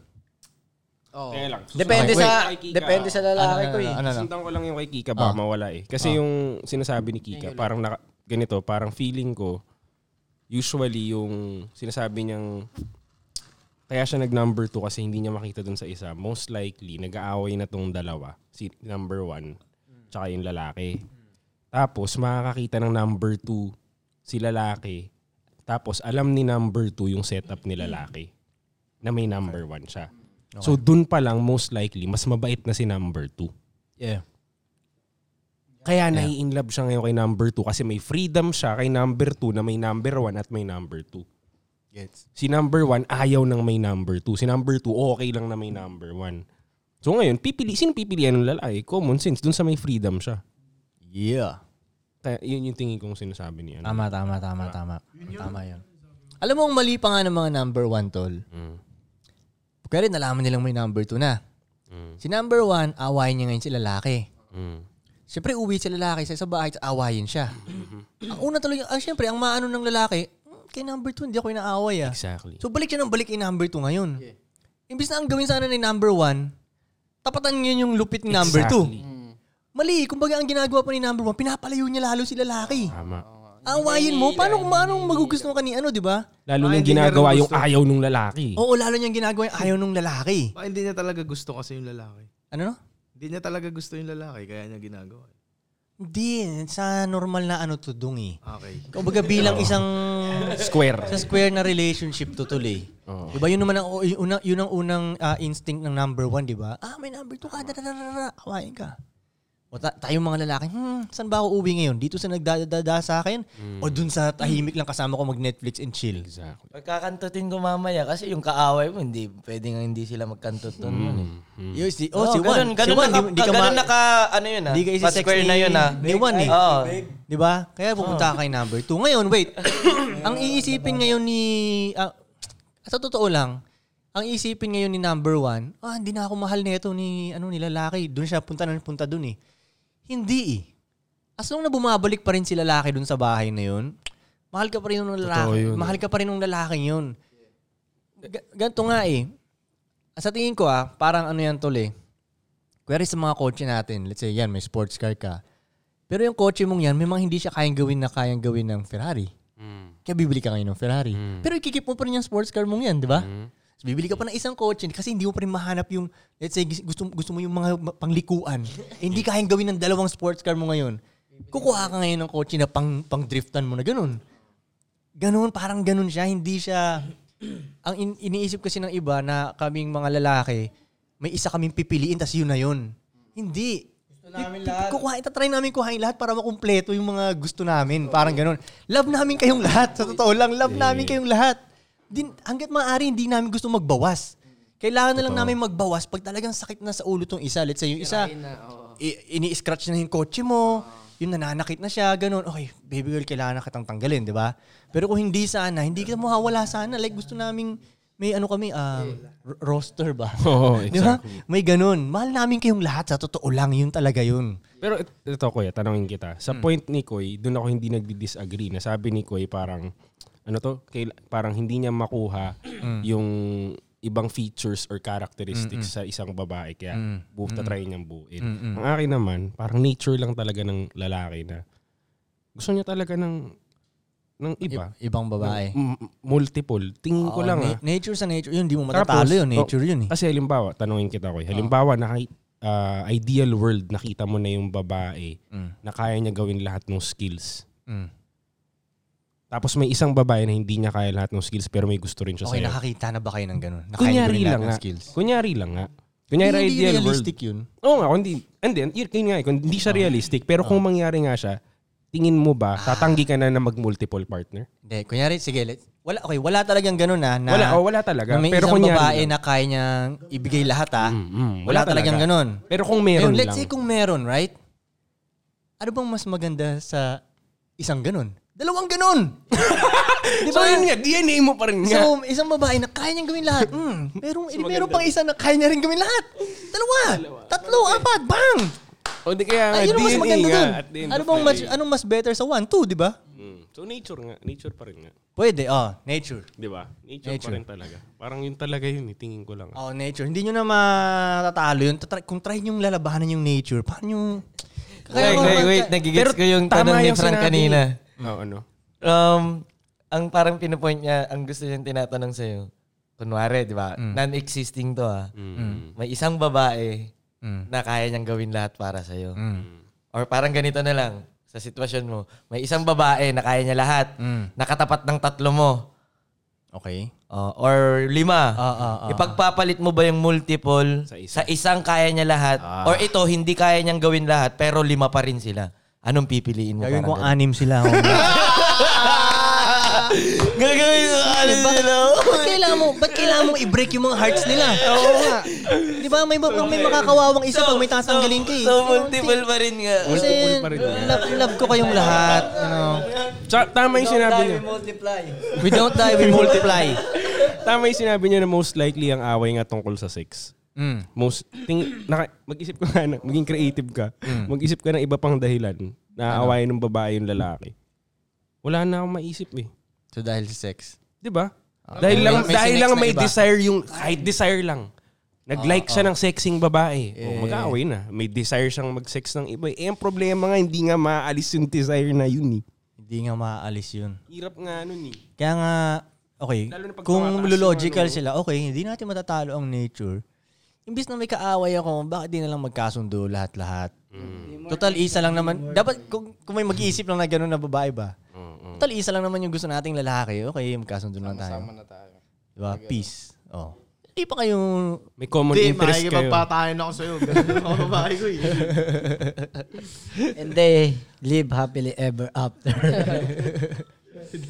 Oo. Teka lang. Depende Wait. sa- depende sa lalaki Ano, ko eh. ano, ano, ano. Sundan ko lang yung kay Kika Ah. ba mawala eh. Kasi Ah. yung sinasabi ni Kika, parang naka, ganito, parang feeling ko, usually yung sinasabi niyang kaya siya nag number 2 kasi hindi niya makita dun sa isa. Most likely, nag-aaway na tong dalawa. Si number 1, tsaka yung lalaki. Tapos, makakakita ng number 2 si lalaki. Tapos, alam ni number 2 yung setup ni lalaki na may number 1 siya. So, dun pa lang, most likely, mas mabait na si number 2. Yeah. Kaya nai-in love siya ngayon kay number 2 kasi may freedom siya kay number 2 na may number 1 at may number 2. Gets. Si number 1 ayaw ng may number 2. Si number 2 okay lang na may number 1. So ngayon, pipili, sino pipilian ng lalaki? Common sense, dun sa may freedom siya. Yeah. Kaya, yun yung tingin kong sinasabi niya. Tama, tama, tama, tama. Tama yun. Alam mo, ang mali pa nga ng mga number 1, tol. Kaya rin nalaman nilang may number 2 na. Si number 1, awayin niya ngayon si lalaki. Hmm. Siyempre, uwi si lalaki sa isang bahay, tas awayin siya. ang una tuloy, ah, siyempre, ang maano ng lalaki, "Hmm, kay number 2, hindi ako inaaway ah. Exactly. So balik siya ng balik kay number 2 ngayon. Imbis na ang gawin sana ni number 1, tapatan niya yung lupit ni number 2. Exactly. Mm. Mali, kumbaga ang ginagawa pa ni number 1, pinapalayo niya lalo si lalaki. Tama. Awayin mo, paano kung paano magugustuhan ka ni ano, di ba? Lalo nang hindi niya ginagawa rin yung gusto. ayaw nung lalaki. Oo, lalo niyang ginagawa yung ayaw nung lalaki. Baka hindi niya talaga gusto kasi yung lalaki. Ano no? Hindi niya talaga gusto yung lalaki, kaya niya ginagawa. Hindi, sa normal na ano to dong eh. Okay. Kumbaga bilang Oo. isang Square. Sa square na relationship to tuloy. Oo. Diba yun naman ang o- yun ang, yun ang unang ah, instinct ng number one, di ba? Ah, may number two ka, da, da, da, da, da, kawain ka. O ta- tayong mga lalaki, hmm, saan ba ako uwi ngayon? Dito sa nagdadada sa akin? O dun sa tahimik lang kasama ko mag-Netflix and chill? Exactly. Pagkakantutin ko mamaya kasi yung kaaway mo, hindi, pwede nga hindi sila magkantutin nun eh. Yun, si- oh, si ganun, Juan. Ganun, Si Juan, naka, di- di ka ma- ganun naka, ano yun ah. Hindi ka isa pa square na yun ah. Ni Juan eh. Oo. Di ba? Kaya Ah. pupunta ka kay number two. Ngayon, wait. ang iisipin ngayon ni... ah, sa totoo lang, ang iisipin ngayon ni number one, ah, hindi na ako mahal nito ni ano ni lalaki. Doon siya punta na punta doon eh. Hindi eh. As long na bumabalik pa rin si lalaki doon sa bahay na yun, mahal ka pa rin ng Totoo lalaki. yun. eh. Mahal ka pa rin ng lalaki yun. Ga- ganito nga eh. Sa tingin ko ah, parang ano yan tol eh. Query sa mga kotse natin. Let's say yan, may sports car ka. Pero yung kotse mong yan, may mga hindi siya kayang gawin na kayang gawin ng Ferrari. Kaya bibili ka ngayon ng Ferrari. Pero ikikip mo pa rin yung sports car mong yan, di ba? So, bibili ka pa ng isang kotse kasi hindi mo pa rin mahanap yung, let's say, gusto, gusto mo yung mga ma- panglikuan. Eh, hindi kayang gawin ng dalawang sports car mo ngayon. Kukuha ka ngayon ng kotse na pang, pang driftan mo na ganun. Ganun, parang ganun siya. Hindi siya... ang in- iniisip kasi ng iba na kaming mga lalaki, may isa kaming pipiliin tas yun na yun. Hindi. Pi- pi- Kukuha, itatry namin kuhain lahat para makumpleto yung mga gusto namin. Parang ganun. Love namin kayong lahat. Sa totoo lang, love namin kayong lahat. Din, hanggat maaari, hindi namin gusto magbawas. Kailangan na lang namin magbawas pag talagang sakit na sa ulo tong isa. Let's say yung isa, i- ini-scratch na yung kotse mo, yung nananakit na siya, ganun. Okay, baby girl, kailangan na kitang tanggalin, di ba? Pero kung hindi sana, hindi ka mawawala sana. Like gusto naming, may ano kami, um, ro- roster ba? Oo, Di ba? May ganun. Mahal namin kayong lahat. Sa totoo lang, yun talaga yun. Pero it- ito, Kuya, tanongin kita. Hmm. Sa point ni Koy, doon ako hindi nagdi-disagree. Nasabi ni Koy parang, ano to, kail- parang hindi niya makuha Mm. yung ibang features or characteristics Mm-mm. sa isang babae. Kaya Mm. bu- Mm. tatry niyang buuin. Mm-mm. Ang akin naman, parang nature lang talaga ng lalaki na gusto niya talaga ng ng iba. I- ibang babae. Ng- m- multiple. Tingin Diba? Mm, ko Oo, lang na- ah. Nature sa nature. Yun, hindi mo matatalo yun. Nature oh, yun eh. Kasi halimbawa, tanungin kita ko. eh. Halimbawa, na ideal world, nakita mo na yung babae na kaya niya gawin lahat ng skills. Mm. Tapos may isang babae na hindi niya kaya lahat ng skills pero may gusto rin siya Okay, sa'yo. nakakita na ba kayo ng ganun? Na kaya niyo Kunyari gawin lahat lang ng nga. skills? Kunyari lang nga. Kunyari Hindi ideal realistic world. yun. Oo nga, kundi, and then, yun, yun nga, eh, kung hindi siya realistic. Pero kung mangyari nga siya, tingin mo ba, Ah. tatanggi ka na na mag-multiple partner? Hindi, kunyari, sige, let's, wala, okay, wala talagang ganun ah, na, na Wala, oh, wala talaga. Na may Pero isang kunyari babae lang. na kaya niyang ibigay lahat, ha? mm, wala, wala talagang talaga. ganun. Pero kung meron Ngayon, let's lang. say kung meron, right? Ano bang mas maganda sa isang ganun? Dalawang ganun! Di ba? So yun nga, DNA mo pa rin nga. So, isang babae na kaya niyang gawin lahat. Mm, merong, eh, meron pang isa na kaya niya rin gawin lahat. Dalawa, tatlo, apat, bang! O di kaya nga, Ayun ang mas DNA maganda nga, dun. at the end Ano of bang the mas, day. anong mas better sa one, two, di ba? Mm. So nature nga, nature pa rin nga. Pwede, ah, nature. Di ba? Nature, Nature. pa rin talaga. Parang yun talaga yun, eh, tingin ko lang. Oh, nature. Hindi nyo na matatalo yun. Tatry- Kung try nyo lalabanan yung nature, paano nyo... Wait, wait, wait. Nagigets ko yung tanong ni Frank kanina. Oo, ano? Um, ang parang pinupoint niya, ang gusto niyang tinatanong sa'yo, kunwari, di ba? Mm. Non-existing to ah. Mm. May isang babae Mm. na kaya niyang gawin lahat para sa'yo. Mm. Or parang ganito na lang, sa sitwasyon mo, may isang babae na kaya niya lahat, Mm. nakatapat ng tatlo mo, Okay. Oh, or lima. ah, ah. Ipagpapalit mo ba yung multiple sa, isang kaya niya lahat? Or ito, hindi kaya niyang gawin lahat, pero lima pa rin sila. Anong pipiliin mo? Gawin Parang kong ganun. anim sila. oh. Gagawin ko anim sila. Diba? oh. Ba't kailangan mo, ba't kailangan mo i-break yung mga hearts nila? Oo nga. Di ba? May, may makakawawang isa pag may tatanggalin ka eh. So, multiple pa rin nga. Kasi Ano, love, love ko kayong lahat. You know? Sa, tama yung sinabi niya. multiply. We don't die, we multiply. tama yung sinabi niya na most likely ang away nga tungkol sa sex. Mm. Most, ting, naka, mag-isip ko nga, na- maging creative ka. Mm. Mag-isip ka ng iba pang dahilan na Ano? away ng babae yung lalaki. Wala na akong maisip eh. So dahil sa sex. Di ba? Okay. Dahil lang, May- may dahil sinex lang na may iba. Ah, desire yung, kahit desire lang. Nag-like siya ng sexing babae. Eh. O, mag-away na. May desire siyang mag-sex ng iba. Eh, ang problema nga, hindi nga maaalis yung desire na yun eh. Hindi nga maaalis yun. Hirap nga nun eh. Kaya nga, okay, Lalo na pag tumataas kung yung logical ano. sila, okay, hindi natin matatalo ang nature. Imbis na may kaaway ako, bakit di na lang magkasundo lahat-lahat? Mm. Total, isa lang naman. Dapat, kung, kung may mag-iisip lang na gano'n na babae ba? Total, isa lang naman yung gusto nating lalaki. Okay, magkasundo lang tayo. Sama na tayo. Diba? Peace. Oh. Hindi pa kayong... May common Hindi, interest kayo. makikipagpatayan ako sa'yo. Ganun yung mga babae ko eh. And they live happily ever after.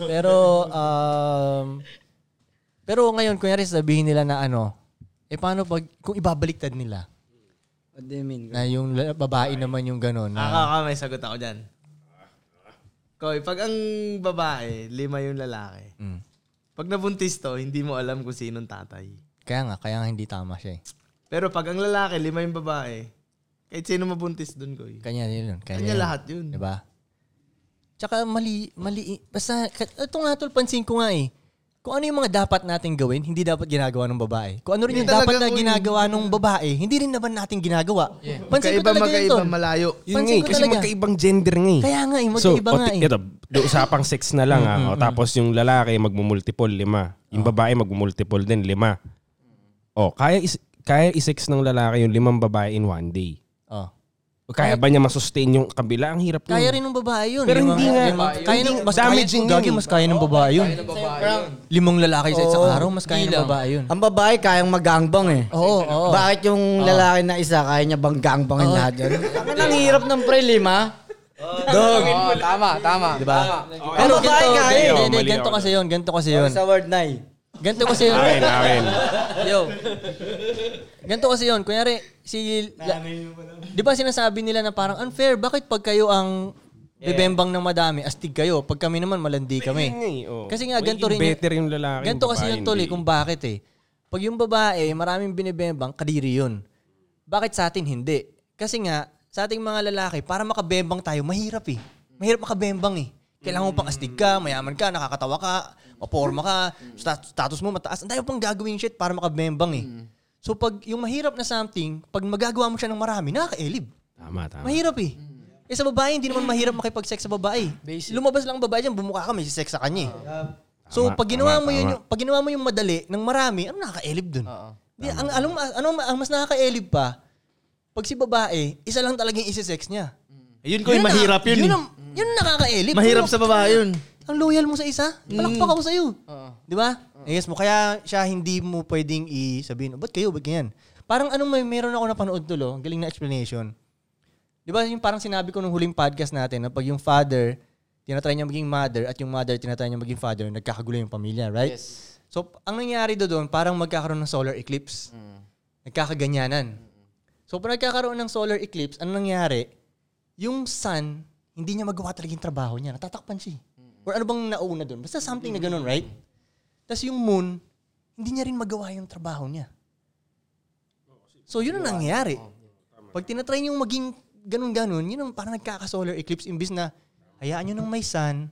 pero, um, pero ngayon, kunyari sabihin nila na ano, eh paano pag, kung ibabaliktad nila, What do you mean? na yung la- babae naman yung gano'n. Ah, Na, Ako, may sagot ako dyan. Koy, pag ang babae, lima yung lalaki. Mm. Pag nabuntis to, hindi mo alam kung sinong tatay. kaya nga, kaya nga hindi tama siya eh. Pero pag ang lalaki, lima yung babae, kahit sino mabuntis dun, Koy. Kanya yun. Kanya, Kanya lahat yun. Diba? Tsaka mali, mali, basta, ka- ito nga tol, pansin ko nga eh. Kung ano yung mga dapat natin gawin, hindi dapat ginagawa ng babae. Kung ano rin Hindi yung dapat talaga, na Kuya. ginagawa ng babae, hindi rin naman natin ginagawa. Pansin ko Magkaiba, talaga yun, magkaiba, tol. malayo. Yun Pansin nga eh, ko kasi talaga. magkaibang gender nga eh. Kaya nga eh, So, magkaiba nga pati- eh. Ito, do- usapang sex na lang ah. Mm, mm, O, tapos yung lalaki magmumultiple, lima. Yung babae magmumultiple din, lima. O, kaya is kaya isex ng lalaki yung limang babae in one day. Oh. O, kaya ba niya masustain yung kabila? Ang hirap nun. Kaya rin ng babae yun. Pero Limang- hindi nga. limang- Hindi Kaya nga. ng, mas Damaging kaya, gagi, yun. mas kaya ng babae yun. Limang lalaki sa isang araw, mas kaya ng babae yun. Ang babae kayang magangbang eh. Oo, oo. Bakit yung lalaki na isa kaya niya bang gangbangin Oo. lahat yun? Ang ang hirap ng pre, lima. Dog. Oo, tama, tama. Diba? Tama. Pero Ang babae ganito, nga hindi, eh. hindi, hindi, Mali ganito ako kasi yun, ganito kasi yun. Sa word na eh. Ganito kasi yun. Akin, akin. Yo. Ganito kasi yun. Kunyari, si... La, di ba sinasabi nila na parang unfair, bakit pag kayo ang Eh. bebembang ng madami, astig kayo. Pag kami naman, malandi kami. yun nga eh, oo. Kasi nga, Magiging ganito rin. better yung lalaki, Ganito yung kasi babae, yun, tol, eh, hindi. kung bakit eh. Pag yung babae, maraming binibembang, kadiri yun. Bakit sa atin hindi? Kasi nga, sa ating mga lalaki, para makabembang tayo, mahirap eh. Mahirap makabembang eh. Kailangan mo pang astig ka, mayaman ka, nakakatawa ka, maporma ka, sta- status mo mataas. Ang dami pang gagawin shit para makabembang eh. Mm. So pag yung mahirap na something, pag magagawa mo siya ng marami, nakakailib. Tama, tama. Mahirap eh. Eh sa babae, hindi naman mahirap makipag-sex sa babae. Lumabas lang ang babae dyan, bumuka ka, may sex sa kanya eh. So Tama, pag ginawa tama, mo yun, tama. yung, pag ginawa mo yung madali ng marami, ano nakakaelib dun? Di, ang, alam, mo, ano, ang mas nakakaelib pa, pag si babae, isa lang talaga yung isi-sex niya. Ayun, Koy, ang- mahirap yun Yun eh. ang, yun ang nakakaelib. Mahirap Ano, sa babae yun. Ang loyal mo sa isa, palakpak ako sa'yo. Di ba? Yes mo. Kaya siya hindi mo pwedeng i-sabihin, "Oh, ba't kayo, ba't ganyan? Parang anong may meron ako napanood tulo, ang galing na explanation. Di ba yung parang sinabi ko nung huling podcast natin na pag yung father, tinatry niya maging mother at yung mother tinatry niya maging father, nagkakagulo yung pamilya, right? Yes. So ang nangyari do doon, parang magkakaroon ng solar eclipse. Nagkakaganyanan. So pag nagkakaroon ng solar eclipse, ano nangyari? Yung sun, hindi niya magawa talaga yung trabaho niya. Natatakpan siya. eh. Or ano bang nauna doon? Basta something na ganun, right? Tapos yung moon, hindi niya rin magawa yung trabaho niya. So yun ang nangyayari. Oh, Pag tinatry niyong maging ganun-ganun, yun ang parang nagkaka-solar eclipse imbis na hayaan niyo ng may sun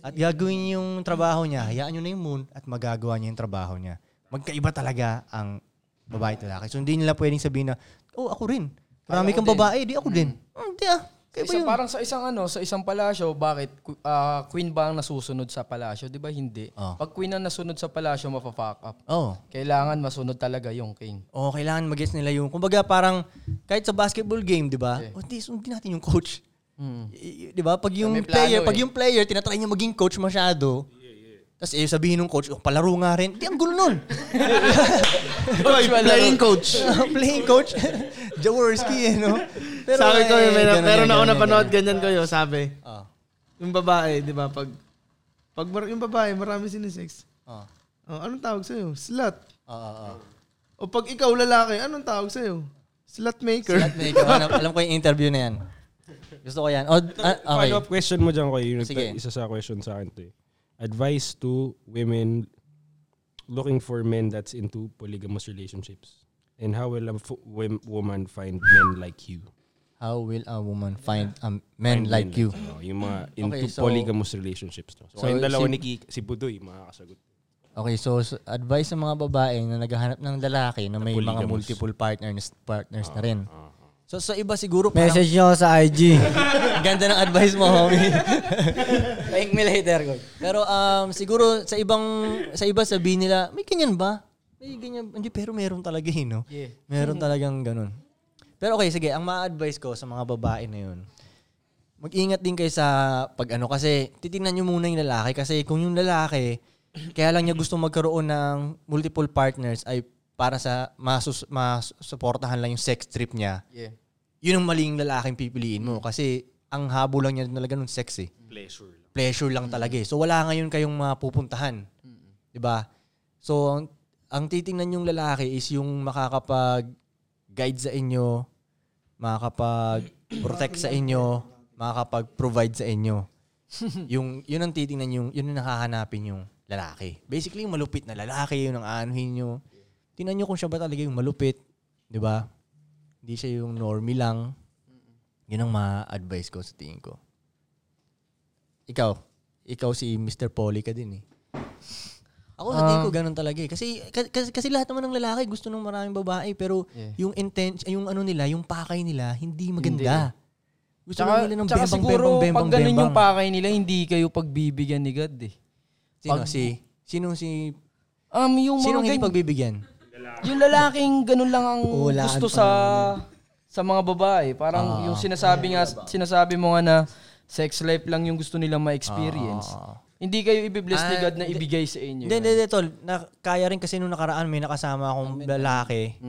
at gagawin niyo yung trabaho niya, hayaan niyo na yung moon at magagawa niya yung trabaho niya. Magkaiba talaga ang babae at lalaki. So hindi nila pwedeng sabihin na, oh ako rin. Marami Ako kang din." Mm. babae, di ako din. Hindi ah. Sa isang, parang sa isang ano, sa isang palasyo, bakit Qu- ah, queen ba ang nasusunod sa palasyo? 'Di ba hindi? Pag queen ang nasunod sa palasyo, mafa-fuck up. Oh. Kailangan masunod talaga yung king. Oh, kailangan mag-guess nila yung, kumbaga parang kahit sa basketball game, di ba? O, di, sundin natin yung coach. Y- y- Di ba? Pag yung May plano player, pag eh. yung player, tinatry niya maging coach masyado. Tapos eh, sabihin ng coach, oh, palaro nga rin. Di, ang gulo nun. playing coach. Ah, playing coach. Jaworski, eh, no? sabi ko, eh, may, na, ganun pero yan, na ako ganun yan, napanood, ganun. ganyan ko yun, sabi. Ah. Yung babae, di ba, pag, pag mar- yung babae, marami sinisex. Ah. Oh, anong tawag sa'yo? Slut. Oo, oo, oo. O pag ikaw lalaki, anong tawag sa'yo? Slut maker. Lahat na ikaw. Alam, alam ko yung interview na yan. Gusto ko yan. O, ah, okay. Follow-up question mo dyan, Koy. Yung nagta- Sige. isa sa question sa akin to eh. Advice to women looking for men that's into polygamous relationships. And how will a f- wom- woman find men like you? How will a woman find a man Find like you? Oh, yung mga into Okay, so- polygamous relationships. No? So, So, yung dalawa si- ni Kik- si Budoy, makakasagot. Okay, so, so advice sa mga babae na naghahanap ng lalaki na may mga polygamous. multiple partners partners na rin. So sa iba siguro Message nyo ako sa IG. Ang Ganda ng advice mo, homie. Thank me later, Goy. Pero um, siguro sa ibang sa iba sabihin nila, may ganyan ba? May ganyan, hindi pero meron talaga eh, no? Mm. Yeah. Meron talagang ganun. Pero okay, sige. Ang ma-advise ko sa mga babae na yun, mag-ingat din kayo sa pag ano kasi titingnan niyo muna yung lalaki kasi kung yung lalaki kaya lang niya gusto magkaroon ng multiple partners ay para sa masus masuportahan lang yung sex trip niya. Yeah. Yun ang maling lalaking pipiliin mo kasi ang habo lang niya talaga nung sex eh. Pleasure lang. Pleasure lang talaga eh. So wala ngayon kayong mapupuntahan. 'Di ba? So ang, ang titingnan yung lalaki is yung makakapag guide sa inyo, makakapag protect sa inyo, makakapag-provide sa inyo. yung yun ang titingnan yung yun ang nakahanapin yung lalaki. Basically yung malupit na lalaki yun ang aanuhin nyo. Tingnan nyo kung siya ba talaga yung malupit, diba? 'di ba? Hindi siya yung normie lang. Yun ang ma-advise ko sa tingin ko. Ikaw, ikaw si Mr. Polly ka din eh. Ako sa tingin ko ganun talaga eh. Kasi, kasi kasi lahat naman ng lalaki gusto ng maraming babae pero yung intention, yung ano nila, yung pakay nila hindi maganda. Gusto lang nila ng tsaka bembang, siguro, bembang, bembang, pag ganun yung bembang. pakay nila, hindi kayo pagbibigyan ni God eh. Sino? Si- Sino si... Um, yung Sinong mga hindi ganyan- pagbibigyan? Yung lalaking ganun lang ang Oh, Ulaan gusto pa sa sa mga babae. Parang Ah. yung sinasabi nga, sinasabi mo nga na sex life lang yung gusto nilang ma-experience. Ah. Hindi kayo ibibless ni Ah, God na hindi- ibigay sa inyo. Hindi, hindi, hindi, tol. Na, kaya rin kasi nung nakaraan may nakasama akong lalaki.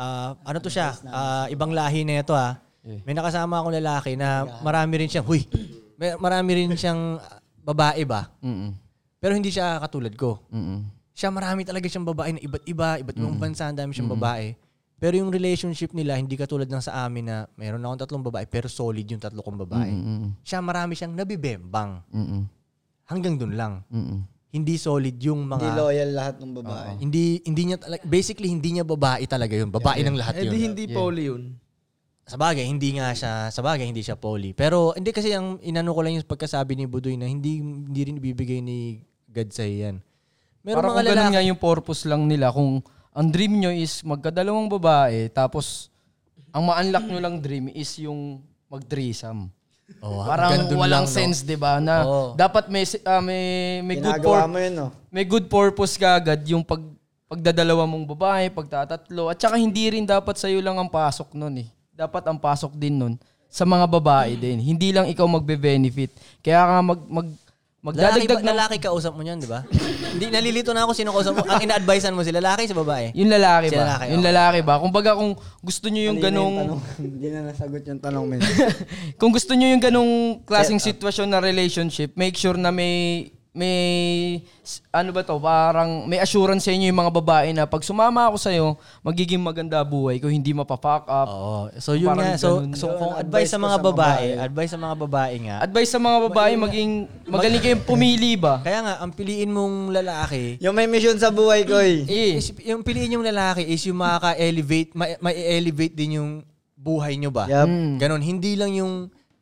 Ah, ano to siya? Ah, ibang lahi na ito ah. May nakasama akong lalaki na marami rin siyang, huy, may- marami rin siyang ah, babae ba? Pero hindi siya katulad ko. Siya marami talaga siyang babae na iba't iba, iba't ibang bansa, ang dami siyang babae. Pero yung relationship nila, hindi katulad ng sa amin na meron akong tatlong babae, pero solid yung tatlo kong babae. Siya marami siyang nabibembang. Hanggang dun lang. Hindi solid yung mga... Hindi loyal lahat ng babae. Oo. Hindi hindi niya talaga basically hindi niya babae talaga 'yun. Babae Yeah. ng lahat Eh, 'yun. di hindi Yeah. poly yun. Sa bagay, hindi nga siya, sa bagay, hindi siya poly. Pero hindi kasi ang inano ko lang yung pagkasabi ni Budoy na hindi hindi rin ibibigay ni God sa yan. Meron Parang mga kung ganun lalaki. nga yung purpose lang nila. Kung ang dream nyo is magkadalawang babae, tapos ang ma-unlock nyo lang dream is yung mag-threesome. Oh, Parang hanggang dun walang lang, no? sense, di ba? Na Oo. dapat may, si- ah, may, may good Ginagawa pur- mo yun, no? May good purpose ka agad yung pag pagdadalawa mong babae, pagtatatlo. At saka hindi rin dapat sa'yo lang ang pasok nun eh. Dapat ang pasok din nun sa mga babae din. Hindi lang ikaw magbe-benefit. Kaya ka mag, mag, Lalaki, magdadagdag ba- ng- lalaki kausap mo niyan, di ba? hindi, nalilito na ako sino kausap mo. Ang ina-advisean mo, si lalaki, si babae? Yung lalaki Si ba? lalaki, yung oo. lalaki ba? Kung baga kung gusto nyo yung Kanina ganong... Ano tanong. Hindi na nasagot yung tanong ah. mo. kung gusto nyo yung ganong klaseng sitwasyon na relationship, make sure na may may s- ano ba to parang may assurance sa inyo yung mga babae na pag sumama ako sa iyo magiging maganda buhay ko hindi mapapack up. So yun nga, so, so kung advice sa mga babae, advice sa mga babae nga. Advice sa mga babae maging magaling kayong pumili ba? Kaya nga ang piliin mong lalaki. Yung may mission sa buhay ko eh. Is- yung piliin yung lalaki is yung makaka-elevate, ma- ma-elevate din yung buhay nyo ba? Yup. Mm. Ganon, hindi lang yung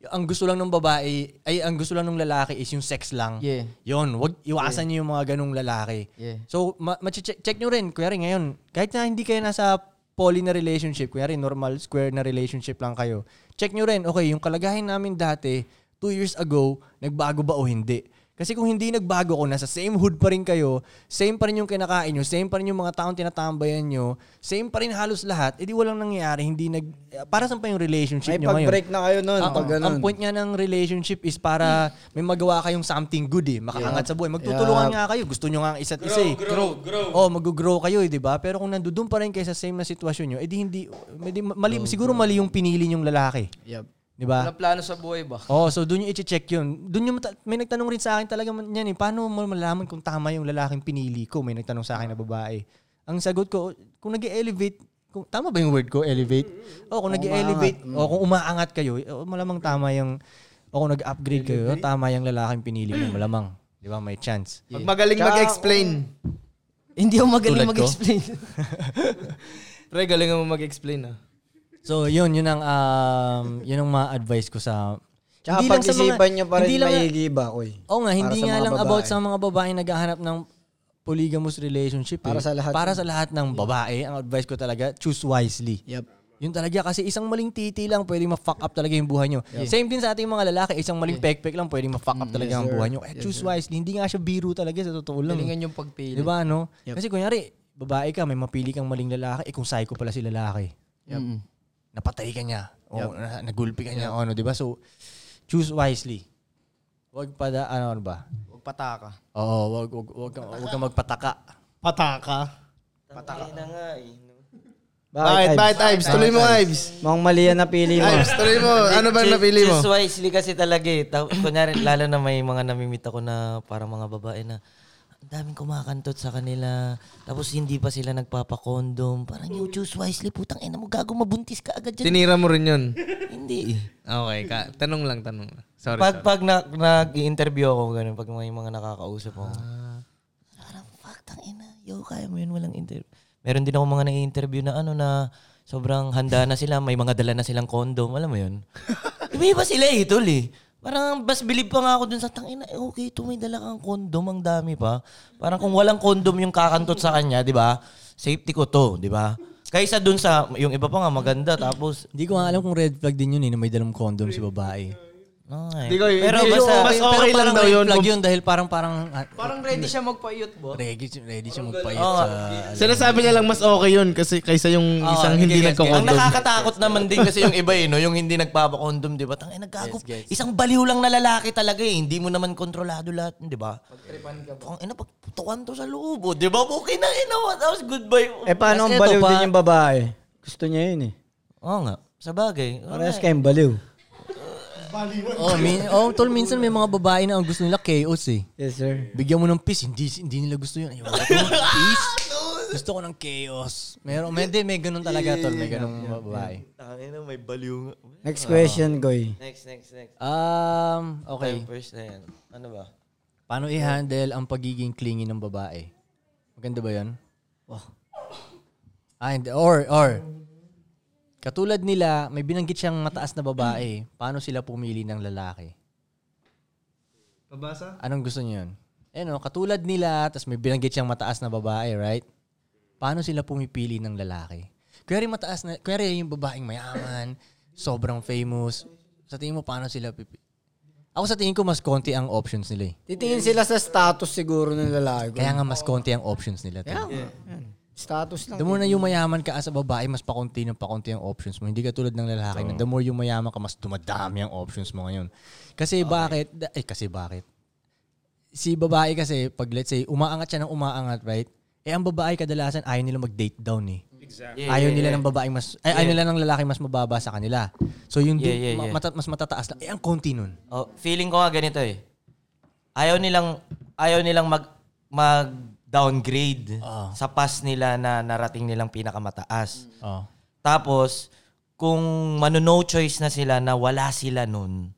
ang gusto lang ng babae, ay ang gusto lang ng lalaki is yung sex lang. Yeah. Yun, wag iwasan niyo yung mga ganong lalaki. Yeah. So, ma- check, check nyo rin, kuya ngayon, kahit na hindi kayo nasa poly na relationship, kuya normal square na relationship lang kayo, check nyo rin, okay, yung kalagayan namin dati, two years ago, nagbago ba o hindi? Kasi kung hindi nagbago, kung nasa same hood pa rin kayo, same pa rin yung kinakain nyo, same pa rin yung mga taong tinatambayan nyo, same pa rin halos lahat, edi walang nangyayari, hindi nag... Para saan pa yung relationship May nyo ngayon? pag-break na kayo nun, Oo. pag ganun. Hmm. Ang point nga ng relationship is para may magawa kayong something good eh, makaangat sa buhay. Magtutulungan Yup. nga kayo, gusto nyo nga ang isa't isa eh. grow, grow. Oh, mag-grow kayo eh, di ba? Pero kung nandoon pa rin kayo sa same na sitwasyon nyo, edi hindi, edi mali, siguro mali yung pinili yung lalaki. Yep. Di ba? Walang plano sa buhay ba? Oh, so doon yung i-check yun. Doon yung mata- may nagtanong rin sa akin talaga man- yan eh. Paano mo malaman kung tama yung lalaking pinili ko? May nagtanong sa akin na babae. Ang sagot ko, kung nag elevate kung, tama ba yung word ko, elevate? O, kung nag elevate Umaangat. mm. o kung umaangat kayo, o, malamang tama yung, o kung nag-upgrade kayo, o, tama yung lalaking pinili mo, malamang. Di ba, may chance. Pag magaling mag-explain. Hindi ako magaling Tulad ko? mag-explain. Pre, galing mo mag-explain ah. So, yun, yun ang, um, yun ang ma-advise ko sa... Tsaka Hindi lang sa mga- pag-isipan nyo pa rin hindi lang- maigi ba, eh. oy. Oo nga, Para hindi sa nga mga lang babae. about sa mga babae naghahanap ng polygamous relationship. eh. Para sa lahat. Para sa lahat ng babae, ang advice ko talaga, choose wisely. Yep. Yun talaga kasi isang maling titi lang pwede ma-fuck up talaga yung buhay nyo. Yep. Same din sa ating mga lalaki, isang maling pekpek lang pwede ma-fuck Mm, up talaga yes, ang sir. buhay nyo. Kaya Yes, choose sir. wisely. Hindi nga siya biro talaga sa totoo lang. Galingan yung pagpili. Diba? Di ba ano? Yep. Kasi kunyari, babae ka, may mapili kang maling lalaki, eh kung psycho pala si lalaki. Yep. napatay ka niya, o na- nagulpi ka niya, o ano, di ba? So, choose wisely. Huwag pa da, ano, ano ba? Huwag pataka. Oo, wag, wag, wag, kang- wag kang magpataka. Pataka? Pataka. na nga eh. Bakit, bakit, Ives? Tuloy mo, Ives. Mukhang mali yan napili mo. Ives, tuloy mo. Ano ba Choose- napili mo? Choose wisely kasi talaga eh. Ta- Kunyari, lalo na may mga namimit ako na para mga babae na ang daming kumakantot sa kanila. Tapos hindi pa sila nagpapakondom. Parang you choose wisely, putang ina mo. Gago, mabuntis ka agad dyan. Tinira mo rin yun. Hindi. Okay, ka, tanong lang, tanong lang. Sorry, pag sorry. pag na, nag-interview ako, ganun, pag may mga nakakausap ako. Ah. Parang, fuck, tang ina. Yo, kaya mo yun, walang interview. Meron din ako mga na-interview na ano na sobrang handa na sila, may mga dala na silang condom, alam mo yun? Iba-iba sila eh, tol eh. Parang bas believe pa nga ako dun sa tangina, eh, okay, ito may dala kang condom, ang dami pa. Parang kung walang condom yung kakantot sa kanya, di ba? Safety ko to, di ba? Kaysa dun sa, yung iba pa nga maganda, tapos... Hindi ko nga alam kung red flag din yun eh, na may dalang condom si babae. Okay. Di ko- di- mas pero okay lang parang daw red yun flag kung- dahil parang parang ah, Parang ready siya magpayot, bo. Ready, ready siya magpayot Oo sa... nga. Sinasabi niya lang mas okay yun kasi kaysa yung Oo, isang hindi gets, gets. Ah, Ang nagkakondom. nakakatakot naman din kasi yung iba eh, no? yung hindi nagpapakondom, di ba? Tangay, naggago. Isang baliw lang na lalaki talaga eh. Hindi mo naman kontrolado lahat, di ba? Pagtripan ka ba? ina, pagtutukan to sa loob. oh. Di ba? Okay na, ina. Tapos goodbye. Eh paano ang Tapos baliw eto pa- din yung babae? Gusto niya yun eh. Oo nga. Sa bagay. Oo Parehas nga eh. kayong baliw. Oh, min oh, tol, minsan may mga babae na ang gusto nila chaos eh. Yes, sir. Bigyan mo ng peace, hindi hindi nila gusto yun. Ayaw ko ng peace. Gusto ko ng chaos. Meron, may, hindi, may ganun talaga, tol. May ganun babae. Tangay na, may baliw nga. Ah. Next question, eh. Goy. Next, next, next. Um, okay. Time first na yan. Ano ba? Paano i-handle ang pagiging clingy ng babae? Maganda ba yun? Oh. Ah, hindi. Or, or, katulad nila, may binanggit siyang mataas na babae. Paano sila pumili ng lalaki? Mabasa? Anong gusto niyo yun? Eh no, katulad nila, tapos may binanggit siyang mataas na babae, right? Paano sila pumipili ng lalaki? Kuwari mataas na, kuwari yung babaeng mayaman, sobrang famous. Sa tingin mo, paano sila pipili? Ako sa tingin ko, mas konti ang options nila eh. Titingin sila sa status siguro ng lalaki. Kaya nga mas konti ang options nila. Kaya tol. nga. Yan. Status lang. eh. The more na yung mayaman ka as a babae, mas pakunti ng pakunti ang options mo. Hindi ka tulad ng lalaki na the more yung mayaman ka, mas dumadami ang options mo ngayon. Kasi bakit? da- Eh, kasi bakit? Si babae kasi, pag let's say, umaangat siya ng umaangat, right? Eh, ang babae kadalasan, ayaw nila mag-date down eh. Exactly. ayaw nila ng babae mas, ay, ayaw nila ng lalaki mas mababa sa kanila. So, yung Yeah, date, yeah, ma- yeah. mata- mas matataas lang. Eh, ang konti nun. Oh, feeling ko nga ganito eh. Ayaw nilang ayaw nilang mag mag downgrade Ah. sa pass nila na narating nilang pinakamataas. Oh. Tapos kung mano no choice na sila na wala sila nun,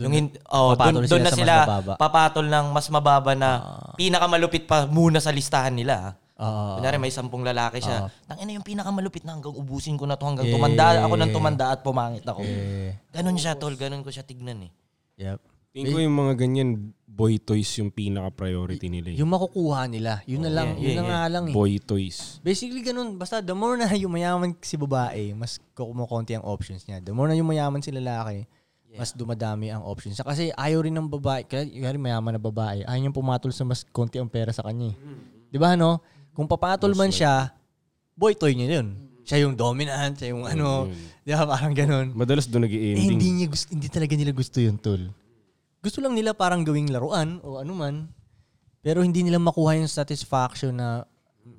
yung hin- oh, papatol dun, sila dun na sa mas sila mababa. Ah. papatol ng mas mababa na pinakamalupit pa muna sa listahan nila. ah. Oo. Kunyari may sampung lalaki siya. Oo. Tangina yung pinakamalupit na hanggang ubusin ko na to hanggang Ah. Yeah. tumanda ako nang tumanda at pumangit ako. Yeah. Ganon siya tol, ganon ko siya tignan eh. Yep. Tingin Eh? ko yung mga ganyan, boy toys yung pinaka-priority nila. eh. Yung makukuha nila, yun na lang, Oh, yeah, yun yeah, na nga lang eh. Boy toys. Basically, ganun. Basta the more na yung mayaman si babae, mas kumukonti ang options niya. The more na yung mayaman si lalaki, mas dumadami ang options. niya. Kasi ayaw rin ng babae, kaya yung mayaman na babae, ayaw niyang pumatol sa mas konti ang pera sa kanya. eh. Di ba no? Kung papatol man siya, boy toy niya yun. Siya yung dominant, siya yung ano. Di ba? Parang ganun. Madalas doon Eh, hindi, nag-ending. niya gusto, hindi talaga nila gusto yun, tol. Gusto lang nila parang gawing laruan o anuman. Pero hindi nila makuha yung satisfaction na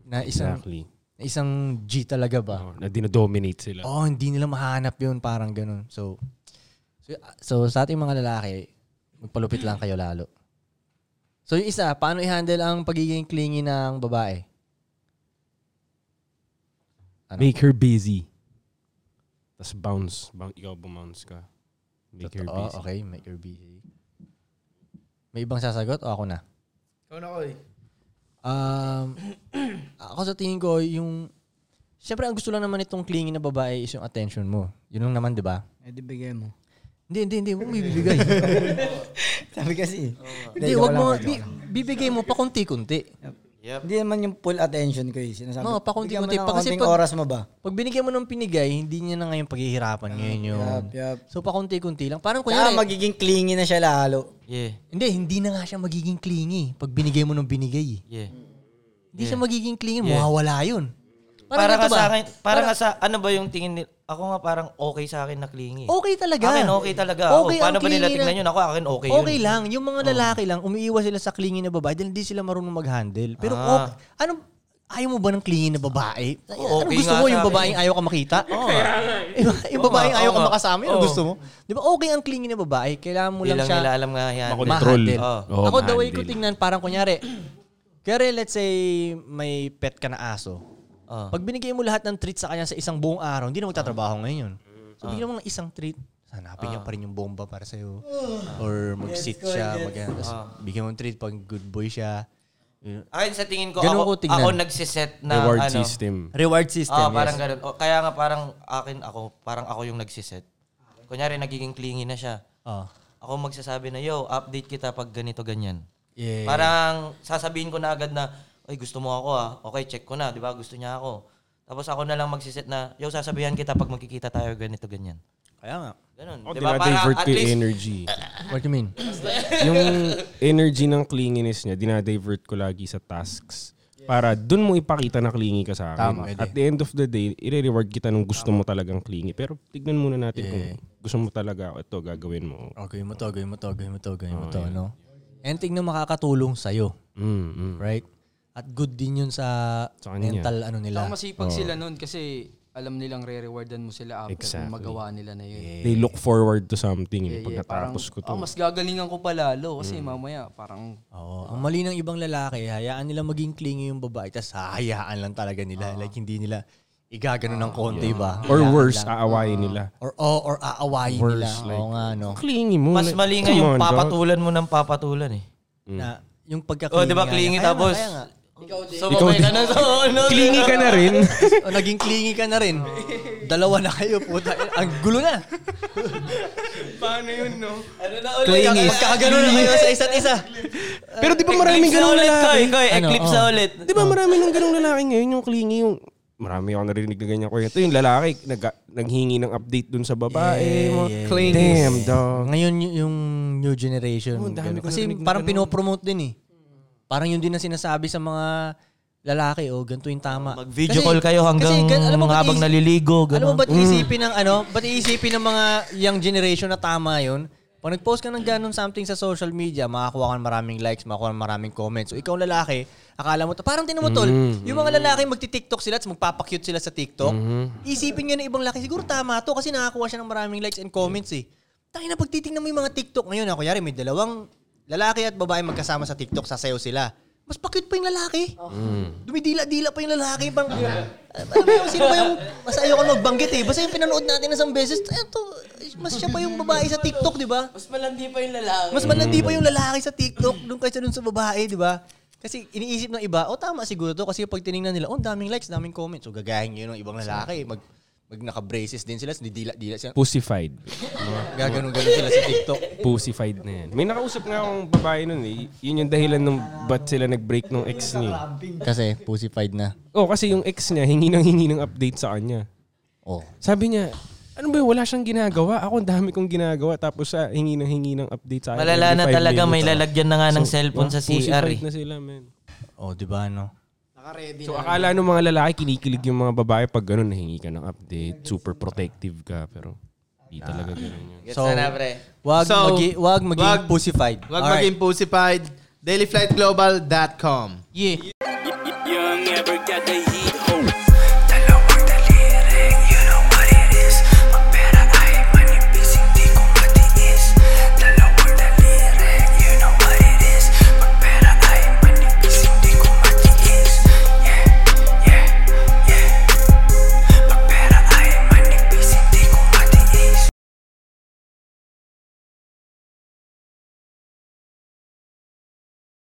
na isang Exactly. na isang G talaga ba? Oh, na dinodominate sila. Oo, hindi nila mahanap yun, parang ganun. So, so, so sa ating mga lalaki, magpalupit lang kayo lalo. So yung isa, paano i-handle ang pagiging clingy ng babae? Ano? Make her busy. Tapos bounce. Bang, ikaw bumounce ka. Make her Totoo, busy. okay, make her busy. May ibang sasagot o ako na? Ikaw na ko eh. Um, ako sa tingin ko, yung... Siyempre, ang gusto lang naman itong clingy na babae is yung attention mo. Yun lang naman, di ba? Eh, di bigyan mo. Hindi, hindi, hindi. Huwag mo ibibigay. Sabi kasi. hindi, joke huwag lang, mo. joke Bi- lang. bibigay mo pa kunti-kunti. Hindi naman yung full attention ko eh. Sinasabi. Oo, pakunti-kunti. Bigyan mo ng Pa- kasi konting pag- oras mo ba? Pag binigay mo ng pinigay, hindi niya na ngayon Ah, paghihirapan ngayon yun. Yup, yup. So, pa kunti-kunti lang. Parang Kaya kunyari, magiging clingy na siya lalo. Yeah, hindi, hindi na nga siya magiging clingy pag binigay mo ng binigay. eh. yeah. Hindi siya magiging clingy. Yeah. Mawawala yun. Para nga ganito ba? sa akin, para nga sa ano ba yung tingin nila? Ako nga parang okay sa akin na clingy. Okay talaga. Akin okay talaga. Ako, Okay ang paano ba nila clingy na- tignan yun? Ako, akin okay, Okay yun. Oh. lang. Yung mga lalaki lang, umiiwas sila sa clingy na babae dahil hindi sila marunong mag-handle. Pero Ah. okay, ano, ayaw mo ba ng clingy na babae? Oo, ano okay gusto nga mo? sa Yung akin. babaeng ayaw ka makita? Oo. Kaya nga Yung- yung Oo babaeng nga, ayaw oo ka nga. makasama, yun ang Oo. gusto mo. Di ba okay ang clingy na babae? Kailangan mo Hindi lang lang siya nila alam nga yan. Makontrol. Oo. Oo, ako the way ko ma-handle. tingnan, parang kunyari, kunyari let's say may pet ka na aso. Ah. Pag binigay mo lahat ng treat sa kanya sa isang buong araw, hindi na magtatrabaho ngayon yun. So, bigyan mo ng isang treat. Hanapin niya Ah. pa rin yung bomba para sa'yo. Ah. Or mag-sit Gets ko, siya. gets Mag ko. Tapos Ah. bigyan mo ng treat pag good boy siya. Yun. Akin sa tingin ko, Ganun ako, ko tingnan. ako nagsiset na Reward ano, system. Reward system, Ah, parang yes. ganun. O, kaya nga parang akin ako, parang ako yung nagsiset. Kunyari nagiging clingy na siya. Ah. Ako magsasabi na, yo, update kita pag ganito ganyan. Yeah. Parang sasabihin ko na agad na, ay gusto mo ako ah. Okay, check ko na, 'di ba? Gusto niya ako. Tapos ako na lang magsiset na, yo, sasabihan kita pag magkikita tayo ganito ganyan. Kaya nga. Ganun. Ako, Oh, di ba? Para Oh, dinadivert at ko yung least- energy. What do you mean? yung energy ng clinginess niya, dinadivert ko lagi sa tasks. Para dun mo ipakita na clingy ka sa akin. Tama, pwede. At the end of the day, i-reward kita nung gusto mo talagang clingy. Pero tignan muna natin Yeah. kung gusto mo talaga, ito, gagawin mo. Okay, mo to, Oh, gawin mo to, gawin mo to, gawin mo Oo, to, yun. no? And tingnan makakatulong sa'yo. Mm, mm. Right? At good din yun sa, Sa kanila. mental ano nila. Saka masipag Oo. sila nun kasi alam nilang re-rewardan mo sila after Exactly. kung magawa nila na yun. They look forward to something. eh, Yeah, yeah. Pagkatapos Parang, ko to. "Ah, mas gagalingan ko pa lalo kasi mamaya parang Oo. Ang mali ng ibang lalaki, hayaan nila maging clingy yung babae, tapos hayaan lang talaga nila. like, hindi nila igagano Ah, ng konti ba? Or worse, aawayin nila. Or, oh, or aawayin nila. Worse, Oo like- nga, no? Clingy mo. Mas like, mali nga come yung on, dog. papatulan mo ng papatulan eh. mm. Na, yung pagka Oh, di ba clingy tapos? Ikaw Sumabay ka din. na sa ano. Clingy ka na rin. o, naging clingy ka na rin. Dalawa na kayo, puta. Ang gulo na. Paano yun, no? Ano na Clingy. Pagkakagano na kayo sa isa't isa. Pero di ba maraming ganung Koy, lalaki? koy, Ano, eclipse oh. na ulit. Di ba marami nung ganung lalaki ngayon yung clingy yung marami ako narinig na ganyan kwento. Yung lalaki, nag, naghingi ng update dun sa babae. Yeah, mga- yeah, Damn, dog. Ngayon, y- yung new generation. Oh, ganun. dami ko Kasi narinig na parang ganun. pinopromote din eh. Parang yun din ang sinasabi sa mga lalaki, oh, ganito yung tama. Mag-video Kasi- call kayo hanggang gan- alam mo ba't habang iisip- naliligo. Ganun. Alam mo, ba't iisipin ng ano? Ba't iisipin ng mga young generation na tama yun? Pag nag-post ka ng ganun something sa social media, makakuha ka ng maraming likes, makakuha ng maraming comments. So, ikaw lalaki, akala mo, to- parang tinan mo tol, yung mga lalaki magti-TikTok sila at magpapakyut sila sa TikTok. Isipin nga ng ibang laki, siguro tama to kasi nakakuha siya ng maraming likes and comments eh. Tangina, na pagtitingnan mo yung mga TikTok ngayon, ako yari may dalawang lalaki at babae magkasama sa TikTok, sasayaw sila. Mas pakyut pa yung lalaki. Mm. Dumidila-dila pa yung lalaki. Pang, alam mo yung sino ba yung, mas ayoko magbanggit eh. Basta yung pinanood natin isang beses, eto, mas siya pa yung babae sa TikTok, di ba? Mas malandi pa yung lalaki. Mas malandi pa yung lalaki sa TikTok doon kaysa doon sa babae, di ba? Kasi iniisip ng iba, oh tama siguro to kasi pag tiningnan nila, oh ang daming likes, daming comments. So gagayahin yun ng ibang lalaki. Mag, mag naka-braces din sila, didila-dila sila. Pussified. Gaganon-ganon sila sa TikTok. Pussified na yan. May nakausap nga akong babae nun eh. Yun yung dahilan nung ba't sila nag-break nung ex niya. Kasi pussified na. Oh, kasi yung ex niya, hingi ng hingi ng update sa kanya. Oh. Sabi niya, ano ba yun, wala siyang ginagawa. Ako, ang dami kong ginagawa. Tapos sa hingi ng hingi ng update sa akin. Malala na Every five talaga, may minutes. lalagyan na nga ng So, cellphone ah, sa CR. Pussified eh. na sila, man. Oh, di ba no? So akala nung mga lalaki kinikilig yung mga babae pag ganun nahingi ka ng update, super protective ka pero hindi talaga ganun yun. Gets So, na na, pre. Wag, So, magi- wag maging wag- pussified. Huwag Alright. maging pussified. Dailyflightglobal.com yeah. Young ever got the heat.